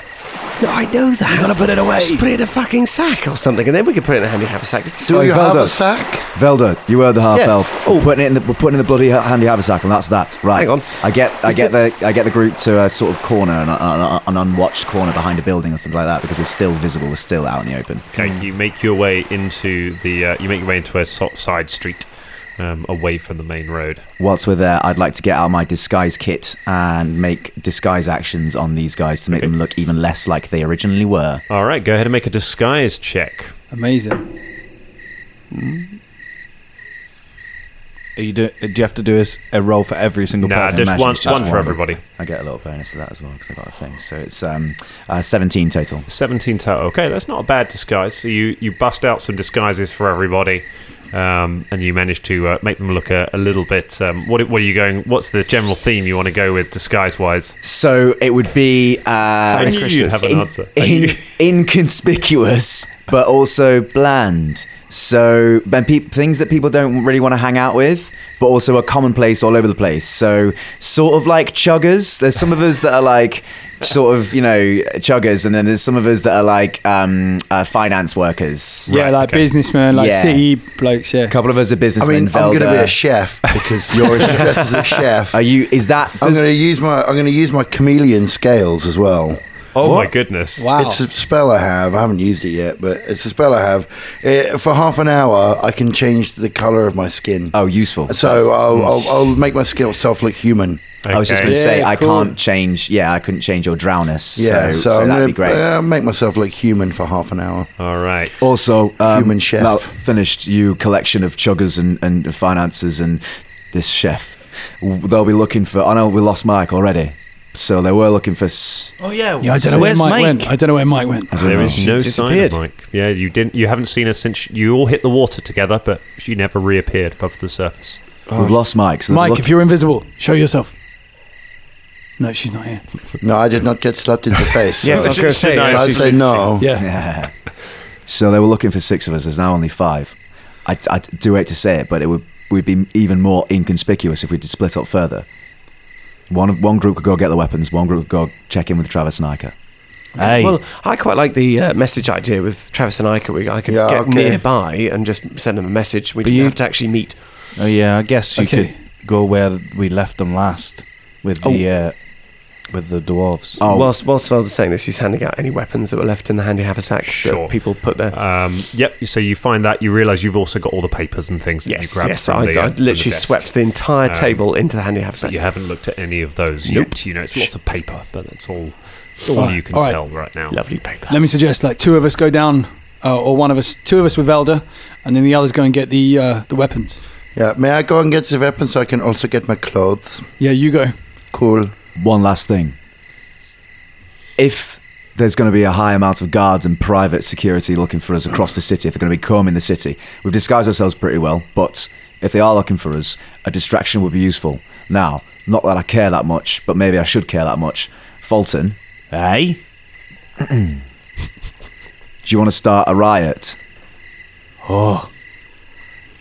S12: No, I know that. You
S10: gotta put it away.
S12: Just put it in a fucking sack or something, and then we can put it in a handy haversack. It's just
S11: Do you have a
S12: Velda.
S7: sack?
S11: Oh, Velda, you were the half
S12: Yeah.
S11: elf. We're putting it in the we're putting it in the bloody ha- handy haversack, and that's that. Right.
S12: Hang on.
S11: I get I
S12: Is
S11: get the I get the group to a sort of corner, an, an, an unwatched corner behind a building or something like that, because we're still visible. We're still out in the open.
S2: Okay, you make your way into the uh, you make your way into a so- side street, um, away from the main road.
S11: Whilst we're there, I'd like to get out my disguise kit and make disguise actions on these guys to make them look even less like they originally were.
S2: All right, go ahead and make a disguise check.
S10: Amazing.
S12: Hmm?
S14: Are you do, do you have to do a, s- a roll for every single
S2: Nah,
S14: person?
S2: Uh, just
S11: Imagine
S2: one-
S11: it's
S2: one for
S11: of them.
S2: everybody.
S11: I get a little bonus to that as well because I got a thing. So it's um, uh, 17 total.
S2: 17 total. Okay, that's not a bad disguise. So you, you bust out some disguises for everybody, um, and you manage to uh, make them look a, a little bit. Um, what, what are you going? What's the general theme you want to go with disguise wise?
S11: So it would be uh,
S2: I knew you'd have an
S11: in-
S2: answer. I
S11: in- inconspicuous but also bland. So, and peop things that people don't really want to hang out with, but also are commonplace all over the place. So, sort of like chuggers. There's some of us that are like, sort of, you know, chuggers, and then there's some of us that are like um, uh, finance workers.
S10: Yeah, like businessmen, like E
S11: Yeah.
S10: city blokes. Yeah, a
S11: couple of us are
S7: I
S11: businessmen.
S7: mean, I'm going to be
S11: Velda.
S7: a chef because
S11: You're
S7: you're
S11: a chef.
S7: dressed as a chef.
S11: Are you? Is that?
S7: I'm going to use my. I'm going to use my chameleon scales as well.
S2: Oh my goodness!
S10: Wow.
S7: It's a spell I have. I haven't used it yet, but it's a spell I have. Uh for half an hour, I can change the color of my skin.
S11: Oh, useful.
S7: So
S11: That's-
S7: I'll, I'll, I'll make myself look human.
S11: I was just going to say, I can't change. Yeah, I couldn't change your drownness.
S7: Yeah, so,
S11: so,
S7: I'm
S11: that'd
S7: gonna,
S11: be great.
S7: uh, make myself look human for half an hour.
S2: All right.
S11: Also, um,
S7: Human chef.
S11: Mel, finished you collection of chuggers and, and finances and this chef. W- They'll be looking for. I know we lost Mike already, so they were looking for. s-
S6: Oh, yeah.
S10: Yeah, I don't know where Mike, went. I don't know where Mike went.
S2: There is no sign of
S10: disappeared.
S2: Mike. Yeah, you didn't. You haven't seen her since you all hit the water together, but she never reappeared above the surface.
S11: We've lost Mike. So they're
S10: Mike,
S11: look-
S10: if you're invisible, show yourself. No, she's not here.
S7: No, I did not get slapped in the face.
S10: Yes, I was gonna say,
S7: So
S10: yeah,
S7: I'd
S10: she's-
S7: say no.
S10: Yeah.
S11: so they were looking for six of us. There's now only five. I, I do hate to say it, but it would we'd be even more inconspicuous if we did split up further. One one group could go get the weapons. One group could go check in with Travis and Iker. Hey.
S12: Well, I quite like the uh, message idea with Travis and I. Could we? I could
S11: Yeah,
S12: get
S11: okay.
S12: nearby and just send them a message. We didn't have to actually meet.
S14: Oh yeah, I guess you
S12: Okay.
S14: could go where we left them last with
S11: Oh.
S14: the uh, with the dwarves.
S12: Whilst whilst Velda's saying this, he's handing out any weapons that were left in the handy haversack that people put there.
S2: Um, yep. So you find that you realise you've also got all the papers and things that
S12: Yes,
S2: you grabbed
S12: yes,
S2: from
S12: I-
S2: the, uh,
S12: I
S2: from the
S12: literally
S2: desk. Um,
S12: swept the entire table into the handy haversack.
S2: You haven't looked at any of those
S12: Nope.
S2: yet. You know, it's lots of paper, but that's all. It's all
S10: Alright,
S2: you can
S10: alright.
S2: tell right now.
S12: Lovely paper.
S10: Let me suggest like two of us go down, uh, or one of us, two of us with Velda, and then the others go and get the uh, the weapons.
S7: Yeah, may I go and get the weapons so I can also get my clothes?
S10: Yeah, you go.
S7: Cool.
S11: One last thing. If there's going to be a high amount of guards and private security looking for us across the city, if they're going to be combing the city, we've disguised ourselves pretty well, but if they are looking for us, a distraction would be useful. Now, not that I care that much, but maybe I should care that much. Fulton. Hey? Do you want to start a riot?
S14: Oh,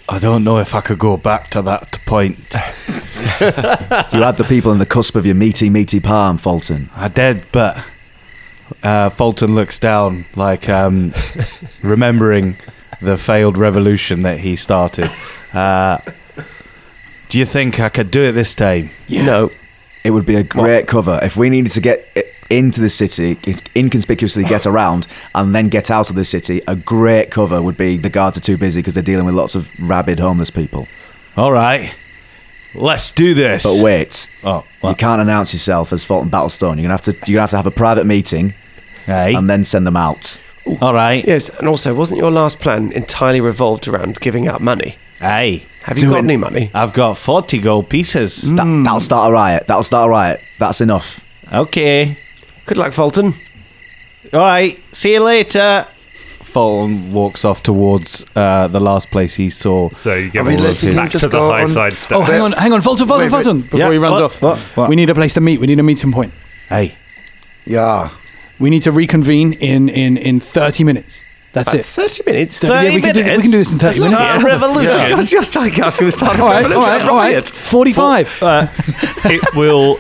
S14: I don't know if I could go back to that point.
S11: You had the people in the cusp of your meaty, meaty palm, Fulton.
S14: I did, but uh, Fulton looks down, like um, remembering the failed revolution that he started. Uh, do you think I could do it this time?
S12: No.
S11: Oh, It would be a great cover if we needed to get i- into the city, i- inconspicuously get around, and then get out of the city. A great cover would be the guards are too busy because they're dealing with lots of rabid homeless people.
S14: All right, let's do this.
S11: But wait,
S14: oh,
S11: you can't announce yourself as Fulton Battlestone. You're gonna have to you're gonna have to have a private meeting, and then send them out.
S14: All right.
S12: Yes, and also, wasn't your last plan entirely revolved around giving out money?
S14: Hey,
S12: have you got any money?
S14: I've got forty gold pieces.
S10: Mm.
S11: That, that'll start a riot. That'll start a riot. That's enough.
S14: Okay.
S12: Good luck, Fulton.
S14: All right, see you later. Fulton walks off towards uh, the last place he saw. So
S2: you
S10: Are we letting him just go on- Oh, hang on, hang on, Fulton, Fulton,
S14: Wait, wait.
S10: Fulton! Before
S14: Yeah,
S10: he runs
S14: what?
S10: off,
S14: What? What?
S10: we need a place to meet. We need a meeting point.
S14: Hey.
S7: Yeah.
S10: We need to reconvene in in in thirty minutes. That's
S12: About
S10: it.
S12: 30 minutes?
S10: Yeah, we can do th- we can do this in 30 minutes.
S12: Start a
S10: Yeah.
S12: revolution. I
S10: Yeah.
S12: was just like asking to start a
S10: All right,
S12: revolution.
S10: all right,
S12: a
S10: all right.
S12: riot.
S10: 45.
S2: uh, it will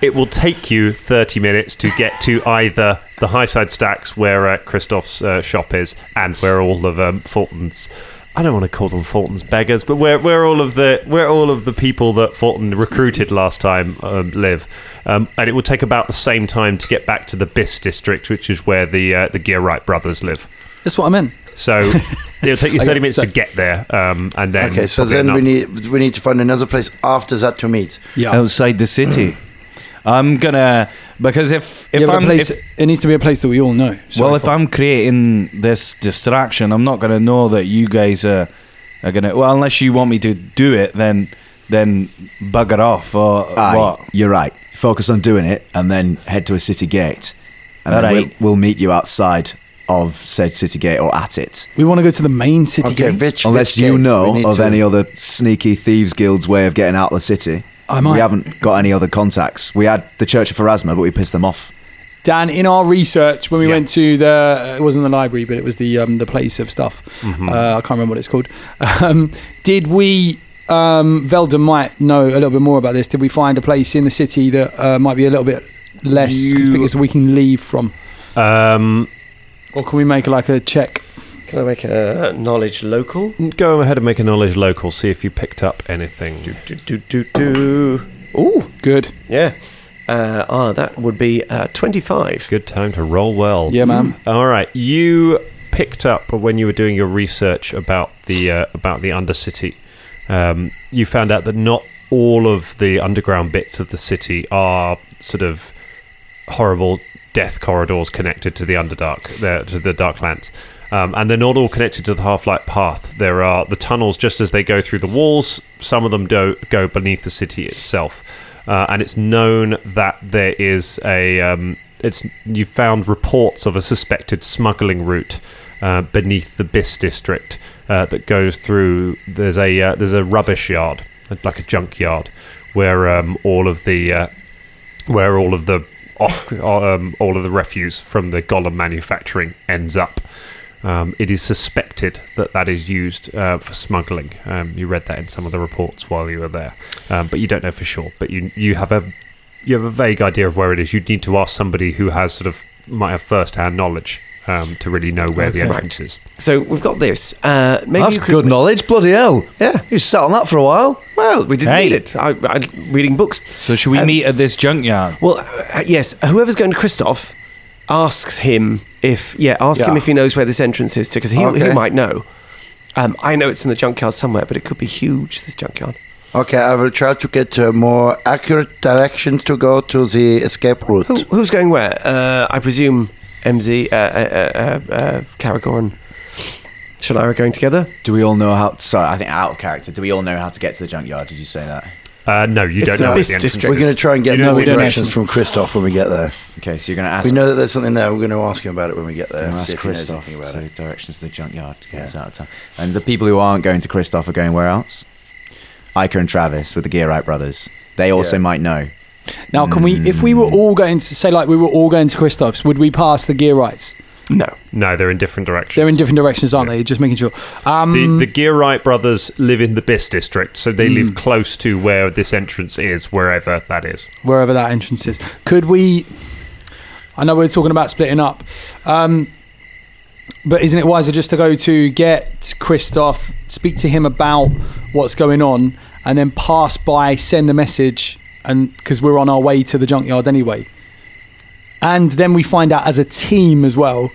S2: it will take you 30 minutes to get to either the high side stacks where uh, Christoph's uh, shop is and where all of um, Fulton's I don't want to call them Fulton's beggars, but where, where all of the where all of the people that Fulton recruited last time um, live, um, and it will take about the same time to get back to the Bis district, which is where the uh, the Gearright brothers live.
S10: That's what I meant.
S2: So it'll take you
S7: Okay,
S2: thirty minutes
S7: so-
S2: to get there, um, and then
S7: Okay, so
S2: probably
S7: then we
S2: another-
S7: need we need to find another place after that to meet.
S14: outside the city. I'm gonna because if if
S10: yeah, but a
S14: I'm
S10: place,
S14: if-
S10: it needs to be a place that we all know.
S14: well, if I'm creating this distraction, I'm not gonna know that you guys are are gonna. Well, unless you want me to do it, then then bugger off or
S11: Aye,
S14: what?
S11: You're right. Focus on doing it and then head to a city gate. And then
S14: All
S11: we'll,
S14: right.
S11: we'll meet you outside of said city gate or at it.
S10: We want to go to the main city
S11: Okay,
S10: gate.
S11: Unless you know of any other sneaky thieves guild's way of getting out of the city.
S10: I might.
S11: We haven't got any other contacts. We had the Church of Erasmus, but we pissed them off.
S10: Dan, in our research, when we went to the, it wasn't the library, but it was the um, the place of stuff.
S16: Mhm.
S2: Mm-hmm.
S10: Uh, I can't remember what it's called. Um, did we, um, Velda might know a little bit more about this. Did we find a place in the city that uh, might be a little bit less
S2: You-
S10: conspicuous that we can leave from?
S2: Um,
S10: or can we make like a check?
S12: Can I make a knowledge local?
S2: Go ahead and make a knowledge local. See if you picked up anything. Do
S12: do do do do. Ooh,
S10: good.
S12: Yeah. Uh, ah, that would be uh, twenty-five.
S2: Good time to roll well.
S12: Yeah, ma'am.
S2: All right, you picked up when you were doing your research about the uh, about the undercity. Um, you found out that not all of the underground bits of the city are sort of horrible death corridors connected to the Underdark, the, to the Darklands. Um, and they're not all connected to the Half-Light path. There are the tunnels just as they go through the walls. Some of them do go beneath the city itself, uh, and it's known that there is a. Um, it's you found reports of a suspected smuggling route uh, beneath the Bis district uh, that goes through. There's a uh, there's a rubbish yard, like a junkyard, where um, all of the uh, where all of the off, um, all of the refuse from the Gollum manufacturing ends up. Um, it is suspected that that is used uh, for smuggling. Um, you read that in some of the reports while you were there, um, but you don't know for sure. But you you have a you have a vague idea of where it is. You'd need to ask somebody who has sort of might have first hand knowledge um, to really know where the
S12: Okay.
S2: entrance is.
S12: So we've got this. Uh, maybe
S2: That's
S12: you could, good knowledge. Bloody hell! Yeah, you sat on that for a while. Well, we didn't
S14: Hey.
S12: need it. I, I reading books. Um,
S14: So should we meet at this junkyard?
S12: Well, uh, yes. Whoever's going to Christoph, asks him if yeah, ask him
S14: Yeah.
S12: if he knows where this entrance is because he
S7: Okay.
S12: he might know. Um, I know it's in the junkyard somewhere, but it could be huge. This junkyard.
S7: Okay, I will try to get uh, more accurate directions to go to the escape route.
S12: Who, who's going where? Uh, I presume MZ, uh, uh, uh, uh, Caragor and Shania are going together.
S11: Do we all know how? Sorry, I think out of character. Do we all know how to get to the junkyard? Did you say that?
S2: Uh, no, you
S11: It's
S2: don't
S11: the
S2: know. where
S11: Bis
S2: the entrance
S11: district.
S2: is.
S7: We're going to try and get
S2: You don't
S7: more
S2: know the
S7: directions
S2: direction.
S7: from Christoph when we get there.
S11: Okay, so you're going to ask.
S7: We know that there's something there. We're going to ask him about it when we get there.
S11: Gonna
S7: see
S11: ask
S7: if he knows
S11: Christoph
S7: anything about
S11: to
S7: it.
S11: directions to the junkyard to get us out of town. And the people who aren't going to Christoph are going where else? Iker and Travis with the Gearite brothers. They also might know.
S10: Now, can we, if we were all going to say, like, we were all going to Christoph's, would we pass the gear rights?
S12: No,
S2: no, they're in different directions.
S10: They're in different directions, aren't they? Just making sure. Um,
S2: the, the Gearite brothers live in the Bis district, so they live
S10: Mm.
S2: close to where this entrance is, wherever that is.
S10: wherever that entrance is. Could we? I know we're talking about splitting up, um, but isn't it wiser just to go to get Christoph, speak to him about what's going on, and then pass by, send a message, and because we're on our way to the junkyard anyway, and then we find out as a team as well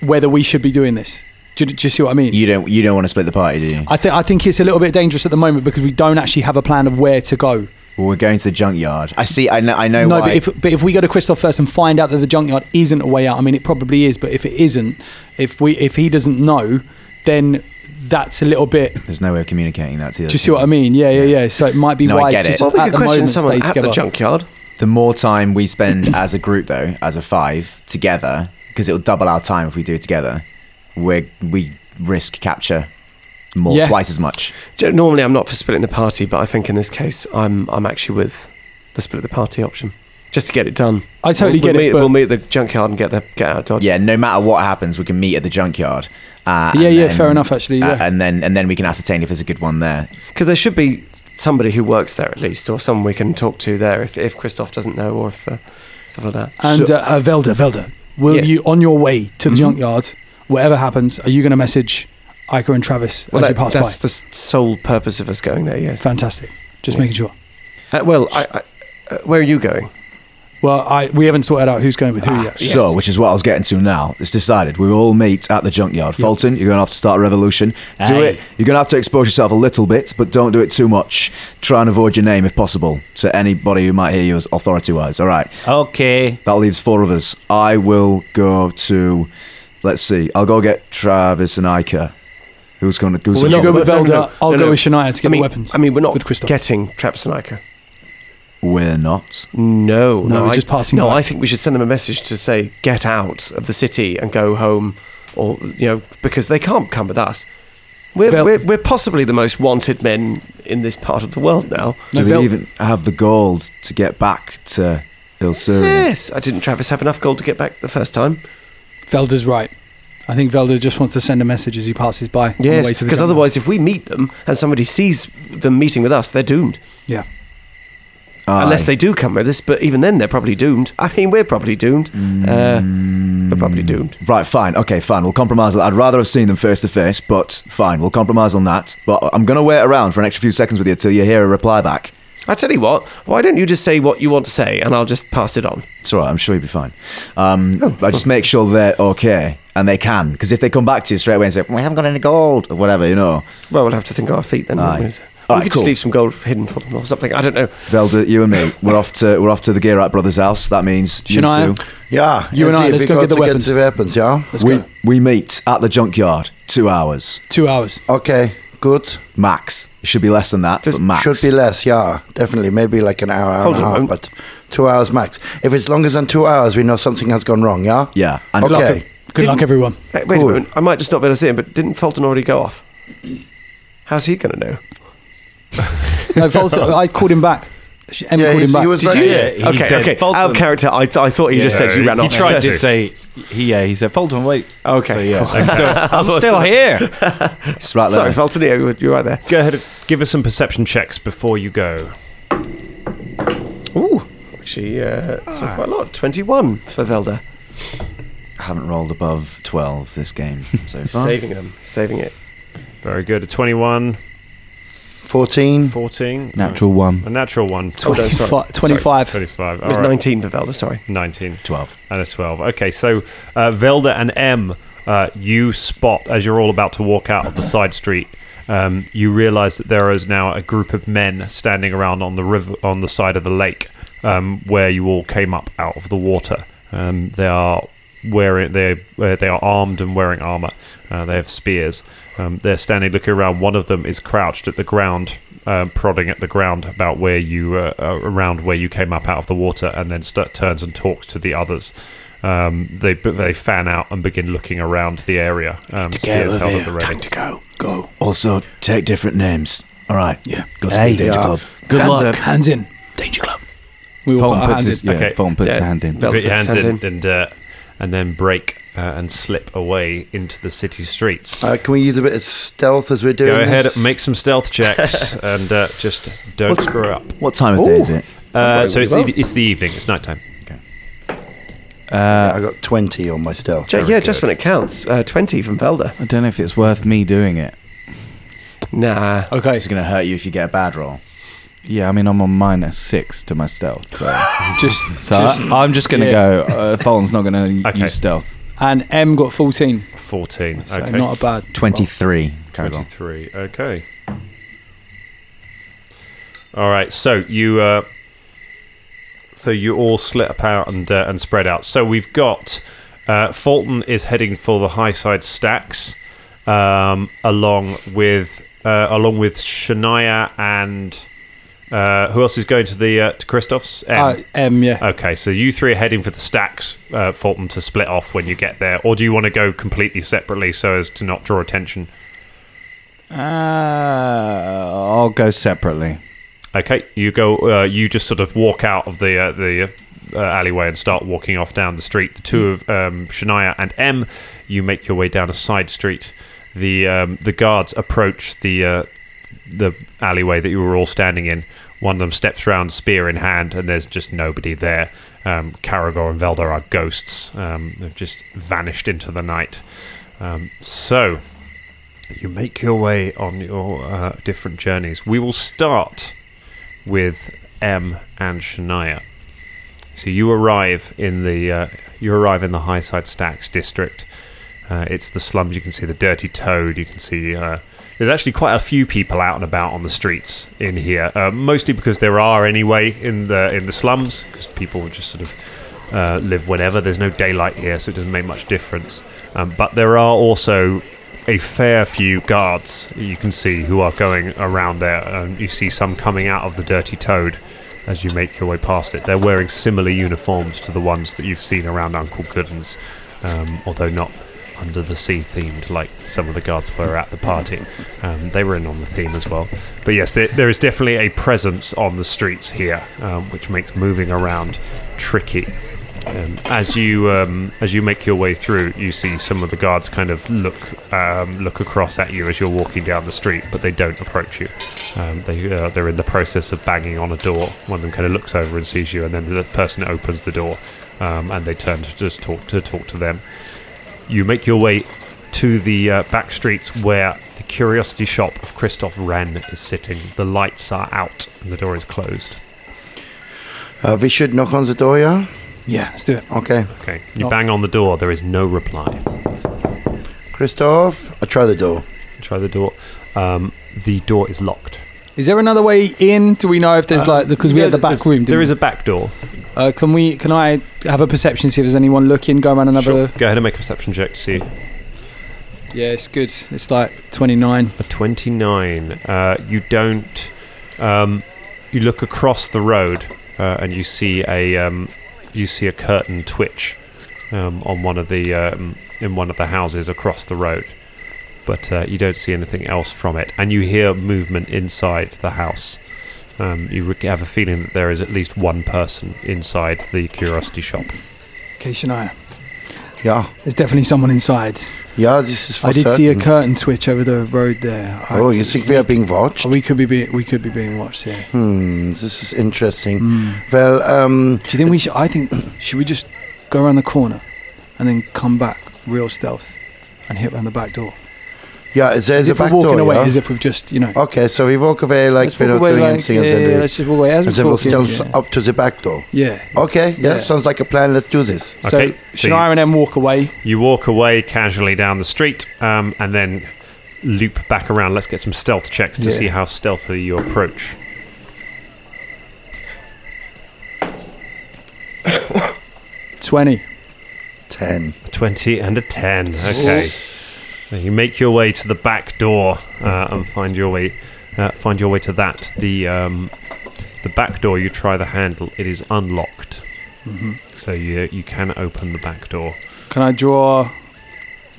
S10: whether we should be doing this. Do, you- do you see what I mean?
S11: You don't. You don't want to split the party, do you?
S10: I think I think it's a little bit dangerous at the moment because we don't actually have a plan of where to go.
S11: Well, we're going to the junkyard. I see. I know. I know.
S10: no,
S11: why.
S10: but if but if we go to Christoph first and find out that the junkyard isn't a way out, I mean it probably is, but if it isn't, if we if he doesn't know, then that's a little bit.
S11: there's no way of communicating that to the
S10: Do
S11: other
S10: you see what I mean? Yeah, yeah, yeah. So it might be
S11: No, I
S10: wise
S11: get
S10: to
S11: it.
S10: just
S11: Well, we
S10: at
S11: could
S10: the
S11: question
S10: moment
S11: someone
S10: stay
S11: at the
S10: together.
S12: junkyard.
S11: The more time we spend as a group, though, as a five together, because it'll double our time if we do it together. We we risk capture more
S12: Yeah.
S11: twice as much.
S12: J- Normally, I'm not for splitting the party, but I think in this case, I'm I'm actually with the split the party option, just to get it done.
S10: I totally
S12: We'll- we'll
S11: get it,
S12: meet-
S11: but-
S12: We'll meet at the junkyard and get the get out of dodge.
S11: Yeah, no matter what happens, we can meet at the junkyard. Uh,
S12: Yeah,
S11: and
S12: yeah, fair enough,
S10: Actually,
S11: uh, and then and then we can ascertain if there's a good one there.
S12: Because there should be somebody who works there at least, or someone we can talk to there if if Christoph doesn't know, or if uh, stuff like that.
S10: And uh, uh, Velda, Velda, will
S12: Yes.
S10: you on your way to
S11: Mm-hmm.
S10: the junkyard, whatever happens, are you going to message Iker and Travis
S12: well,
S10: as
S12: that,
S10: you pass by?
S12: that's the s- sole purpose of us going there. Yes.
S10: Fantastic. Just
S12: Yes.
S10: making sure.
S12: Uh, well, I, I, uh, where are you going? Ah,
S10: Well, I we haven't sorted out who's going with who yet.
S11: So, which is what I was getting to now. It's decided. We all meet at the junkyard. Fulton, you're going to have to start a revolution. Do
S10: Aye.
S11: it. You're going to have to expose yourself a little bit, but don't do it too much. Try and avoid your name if possible to anybody who might hear you as authority wise. All right.
S4: Okay.
S11: That leaves four of us. I will go to, let's see, I'll go get Travis and Iker. Who's going to who's
S10: Well, you
S11: gonna-
S10: go with Velda, I'll go with Shania to get
S12: I mean,
S10: the weapons.
S12: I mean, we're not with Christoph. getting Traps and Ica.
S11: We're not.
S12: No,
S10: No, we're just passing
S12: No,
S10: by.
S12: I think we should send them a message to say get out of the city and go home, or you know, because they can't come with us. We're we're, we're possibly the most wanted men in this part of the world now.
S11: Do they even have the gold to get back to
S12: Yes, I didn't Travis have enough gold to get back the first time?
S10: Velder's right. I think Velder just wants to send a message as he passes by. on the way
S12: Yes,
S10: to the
S12: because
S10: gun.
S12: otherwise, if we meet them and somebody sees them meeting with us, they're doomed.
S10: Yeah.
S12: Unless they do come with us, but even then, they're probably doomed. I mean, we're probably doomed. Uh, we're probably doomed.
S11: Right, fine. Okay, fine. We'll compromise. on that. I'd rather have seen them face to face, but fine. We'll compromise on that. But I'm going to wait around for an extra few seconds with you till you hear a reply back.
S12: I tell you what, why don't you just say what you want to say and I'll just pass it on? Oh,
S11: It's all right. I'm sure you'll be fine. Um, I just make sure they're okay and they can. Because if they come back to you straight away and say, we haven't got any gold or whatever, you know.
S12: Well, we'll have to think of our feet then.
S11: Aye.
S12: won't we?
S11: All
S12: we
S11: right,
S12: could
S11: cool.
S12: just leave some gold hidden for them or something. I don't know.
S11: Velda, you and me, we're off to we're off to the Gearite brothers' house. That means you
S7: Shania?
S11: two.
S7: Yeah, You and let's I, see if let's we go got get the to get weapons. the weapons, yeah? Let's
S11: we
S7: go.
S11: we meet at the junkyard. Two hours.
S10: Two hours.
S7: Okay, good.
S11: Max. It should be less than that, but max.
S7: Should be less, yeah, definitely. Maybe like an hour, hour and
S11: Hold
S7: a
S11: on,
S7: half, but two hours max. If it's longer than two hours, we know something has gone wrong, yeah?
S11: Yeah.
S7: okay.
S12: Didn't-
S10: everyone.
S12: Hey, wait
S7: Cool.
S12: a minute. I might just not be able to see him, but didn't Fulton already go off? How's he going to know?
S10: No, Velder, I called him back. She- Em
S12: Yeah,
S10: called
S12: he's-
S10: him back.
S12: he was Did right you? here. Yeah, he
S10: Okay,
S12: said-
S10: okay.
S12: okay, out of character, I- I thought you just said you ran
S14: he
S12: off.
S14: He tried
S12: Yeah.
S14: to say, he, yeah, he said, Fulton, wait.
S12: Okay,
S14: So, yeah.
S12: cool.
S14: I'm still, here.
S11: It's
S14: right
S12: Sorry,
S14: there.
S12: Felton, you're, you're right there.
S2: Go ahead and give us some perception checks before you go.
S12: Ooh, actually, uh, it's
S2: Ah.
S12: not quite a lot. 21 for Velda.
S11: I haven't rolled above twelve this game so far.
S12: Saving them, saving it.
S2: Very good. A 21.
S7: 14.
S2: 14.
S14: Natural one.
S2: A natural one.
S12: Oh, no, sorry. Sorry.
S2: 25. 25.
S12: It was 19 for Velda, sorry.
S2: 19. 12. And a 12. Okay, so uh, Velda and M, uh, you spot, as you're all about to walk out of the side street, um, you realize that there is now a group of men standing around on the river, on the side of the lake um, where you all came up out of the water. Um, they are wearing they uh, they are armed and wearing armor. Uh, they have spears. Um, they're standing looking around. One of them is crouched at the ground, uh, prodding at the ground about where you uh, uh, around where you came up out of the water, and then st- turns and talks to the others. Um, they they fan out and begin looking around the area. Um,
S15: To get
S2: spears
S15: out of
S2: held
S15: here.
S2: at the ready.
S15: Time to go.
S10: Go.
S11: Also, take different names. All right. Yeah. Godspeed,
S10: Hey,
S11: Danger
S10: yeah.
S11: Club.
S10: Good Hands luck. up. Hands in. Danger Club. We all
S14: Fulton
S10: put our
S14: puts
S10: hands
S14: his-
S10: in.
S14: yeah, Fulton puts his hand in.
S2: Put your hands
S14: Hand
S2: in, and uh, and then break uh, and slip away into the city streets.
S7: Uh, can we use a bit of stealth as we're doing
S2: Go ahead,
S7: this?
S2: make some stealth checks, and uh, just don't screw up.
S11: What time of day is it?
S2: Uh, so it's
S7: Well-
S2: the, it's the evening. It's nighttime.
S7: Uh, I got 20 on my stealth.
S12: Ju- Uh, yeah, just when it counts. Uh, 20 from Velda.
S14: I don't know if it's worth me doing it.
S12: Nah.
S10: Okay.
S11: It's going to hurt you if you get a bad roll.
S14: Yeah, I mean, I'm on minus six to my stealth. So
S10: just,
S14: so
S10: just-
S14: I, am just going to
S10: yeah.
S14: go. Uh, Fulton's not going to use stealth.
S10: And M got 14.
S2: 14.
S10: So
S2: okay.
S10: Uh, not a bad.
S11: 23. Carry on.
S2: 23. Okay. All right. So you uh, so you all slip out and uh, and spread out. So we've got uh, Fulton is heading for the high side stacks um, along with uh, along with Shania and uh, who else is going to the uh, to Christoph's? M.
S10: Uh, M, yeah.
S2: Okay, so you three are heading for the stacks, uh, Fulton, to split off when you get there, or do you want to go completely separately so as to not draw attention?
S14: Uh, I'll go separately.
S2: Okay, you go. Uh, you just sort of walk out of the uh, the uh, alleyway and start walking off down the street. The two of um, Shania and M, you make your way down a side street. The um, the guards approach the uh, the alleyway that you were all standing in. One of them steps round, spear in hand, and there's just nobody there. Um, Caragor and Veldar are ghosts. Um, they've just vanished into the night. Um, so, you make your way on your uh, different journeys. We will start with M and Shania. So you arrive in the uh, you arrive in the High Side Stacks district. Uh, it's the slums. You can see the Dirty Toad. You can see uh, there's actually quite a few people out and about on the streets in here, uh, mostly because there are anyway in the in the slums because people just sort of uh, live whenever. There's no daylight here, so it doesn't make much difference. Um, but there are also a fair few guards you can see who are going around there. Um, you see some coming out of the Dirty Toad as you make your way past it. They're wearing similar uniforms to the ones that you've seen around Uncle Gooden's, um, although not under the sea themed like some of the guards were at the party. Um, they were in on the theme as well. But yes, there, there is definitely a presence on the streets here, um, which makes moving around tricky. Um, as you um, as you make your way through, you see some of the guards kind of look um, look across at you as you're walking down the street, but they don't approach you. Um, they uh, they're in the process of banging on a door. One of them kind of looks over and sees you, and then the person opens the door, um, and they turn to just talk to talk to them. You make your way to the uh, back streets where the curiosity shop of Christoph Wren is sitting. The lights are out and the door is closed.
S7: Uh, we should knock on the door, yeah?
S10: Yeah, let's do it.
S7: Okay.
S2: Okay.
S7: Oh.
S2: You bang on the door. There is no reply.
S7: Christoph, I try the door.
S2: Try the door. Um, the door is locked.
S10: Is there another way in? Do we know if there's
S2: Uh,
S10: like because we
S2: yeah,
S10: have the back
S2: there's-
S10: room?
S2: there is a back door.
S10: Uh, can we? Can I have a perception? See if there's anyone looking. Go around another.
S2: Sure. Go ahead and make a perception check to see.
S10: Yeah, it's good. It's like 29.
S2: A 29. Uh, you don't. Um, you look across the road uh, and you see a um, you see a curtain twitch um, on one of the um, in one of the houses across the road, but uh, you don't see anything else from it. And you hear movement inside the house. Um, you re- have a feeling that there is at least one person inside the curiosity shop.
S10: Okay, Shania.
S7: Yeah.
S10: There's definitely someone inside.
S7: Yeah, this is for
S10: I did see a
S7: certain.
S10: curtain twitch over the road there. I-
S7: Oh, you think we are being watched?
S10: We could be, being we could be being watched here.
S7: Hmm, this is interesting.
S10: Mm.
S7: Well, um,
S10: do you think we should? I think should we just go around the corner and then come back real stealth and hit round the back door?
S7: Yeah, there's
S10: As
S7: a
S10: if we're
S7: back
S10: walking
S7: door,
S10: away,
S7: yeah?
S10: as if we've just you know.
S7: Okay, so we walk away like
S10: Let's
S7: we're not
S10: walk away
S7: doing
S10: like-
S7: anything.
S10: yeah,
S7: and then
S10: yeah,
S7: we-
S10: let's just walk away as
S7: and
S10: we're
S7: then we'll
S10: talking,
S7: stealth
S10: yeah.
S7: up to the back door.
S10: Yeah.
S7: Okay, yeah,
S10: Yeah.
S7: sounds like a plan. Let's do this.
S10: So Shania and them walk away.
S2: You walk away casually down the street um, and then loop back around. Let's get some stealth checks to
S10: Yeah.
S2: see how stealthily you approach.
S10: Twenty.
S7: 10.
S2: 20 and a 10. Okay. You make your way to the back door uh, and find your way uh, find your way to that. The um, the back door you try the handle. It is unlocked.
S10: Mhm.
S2: So you you can open the back door.
S10: Can I draw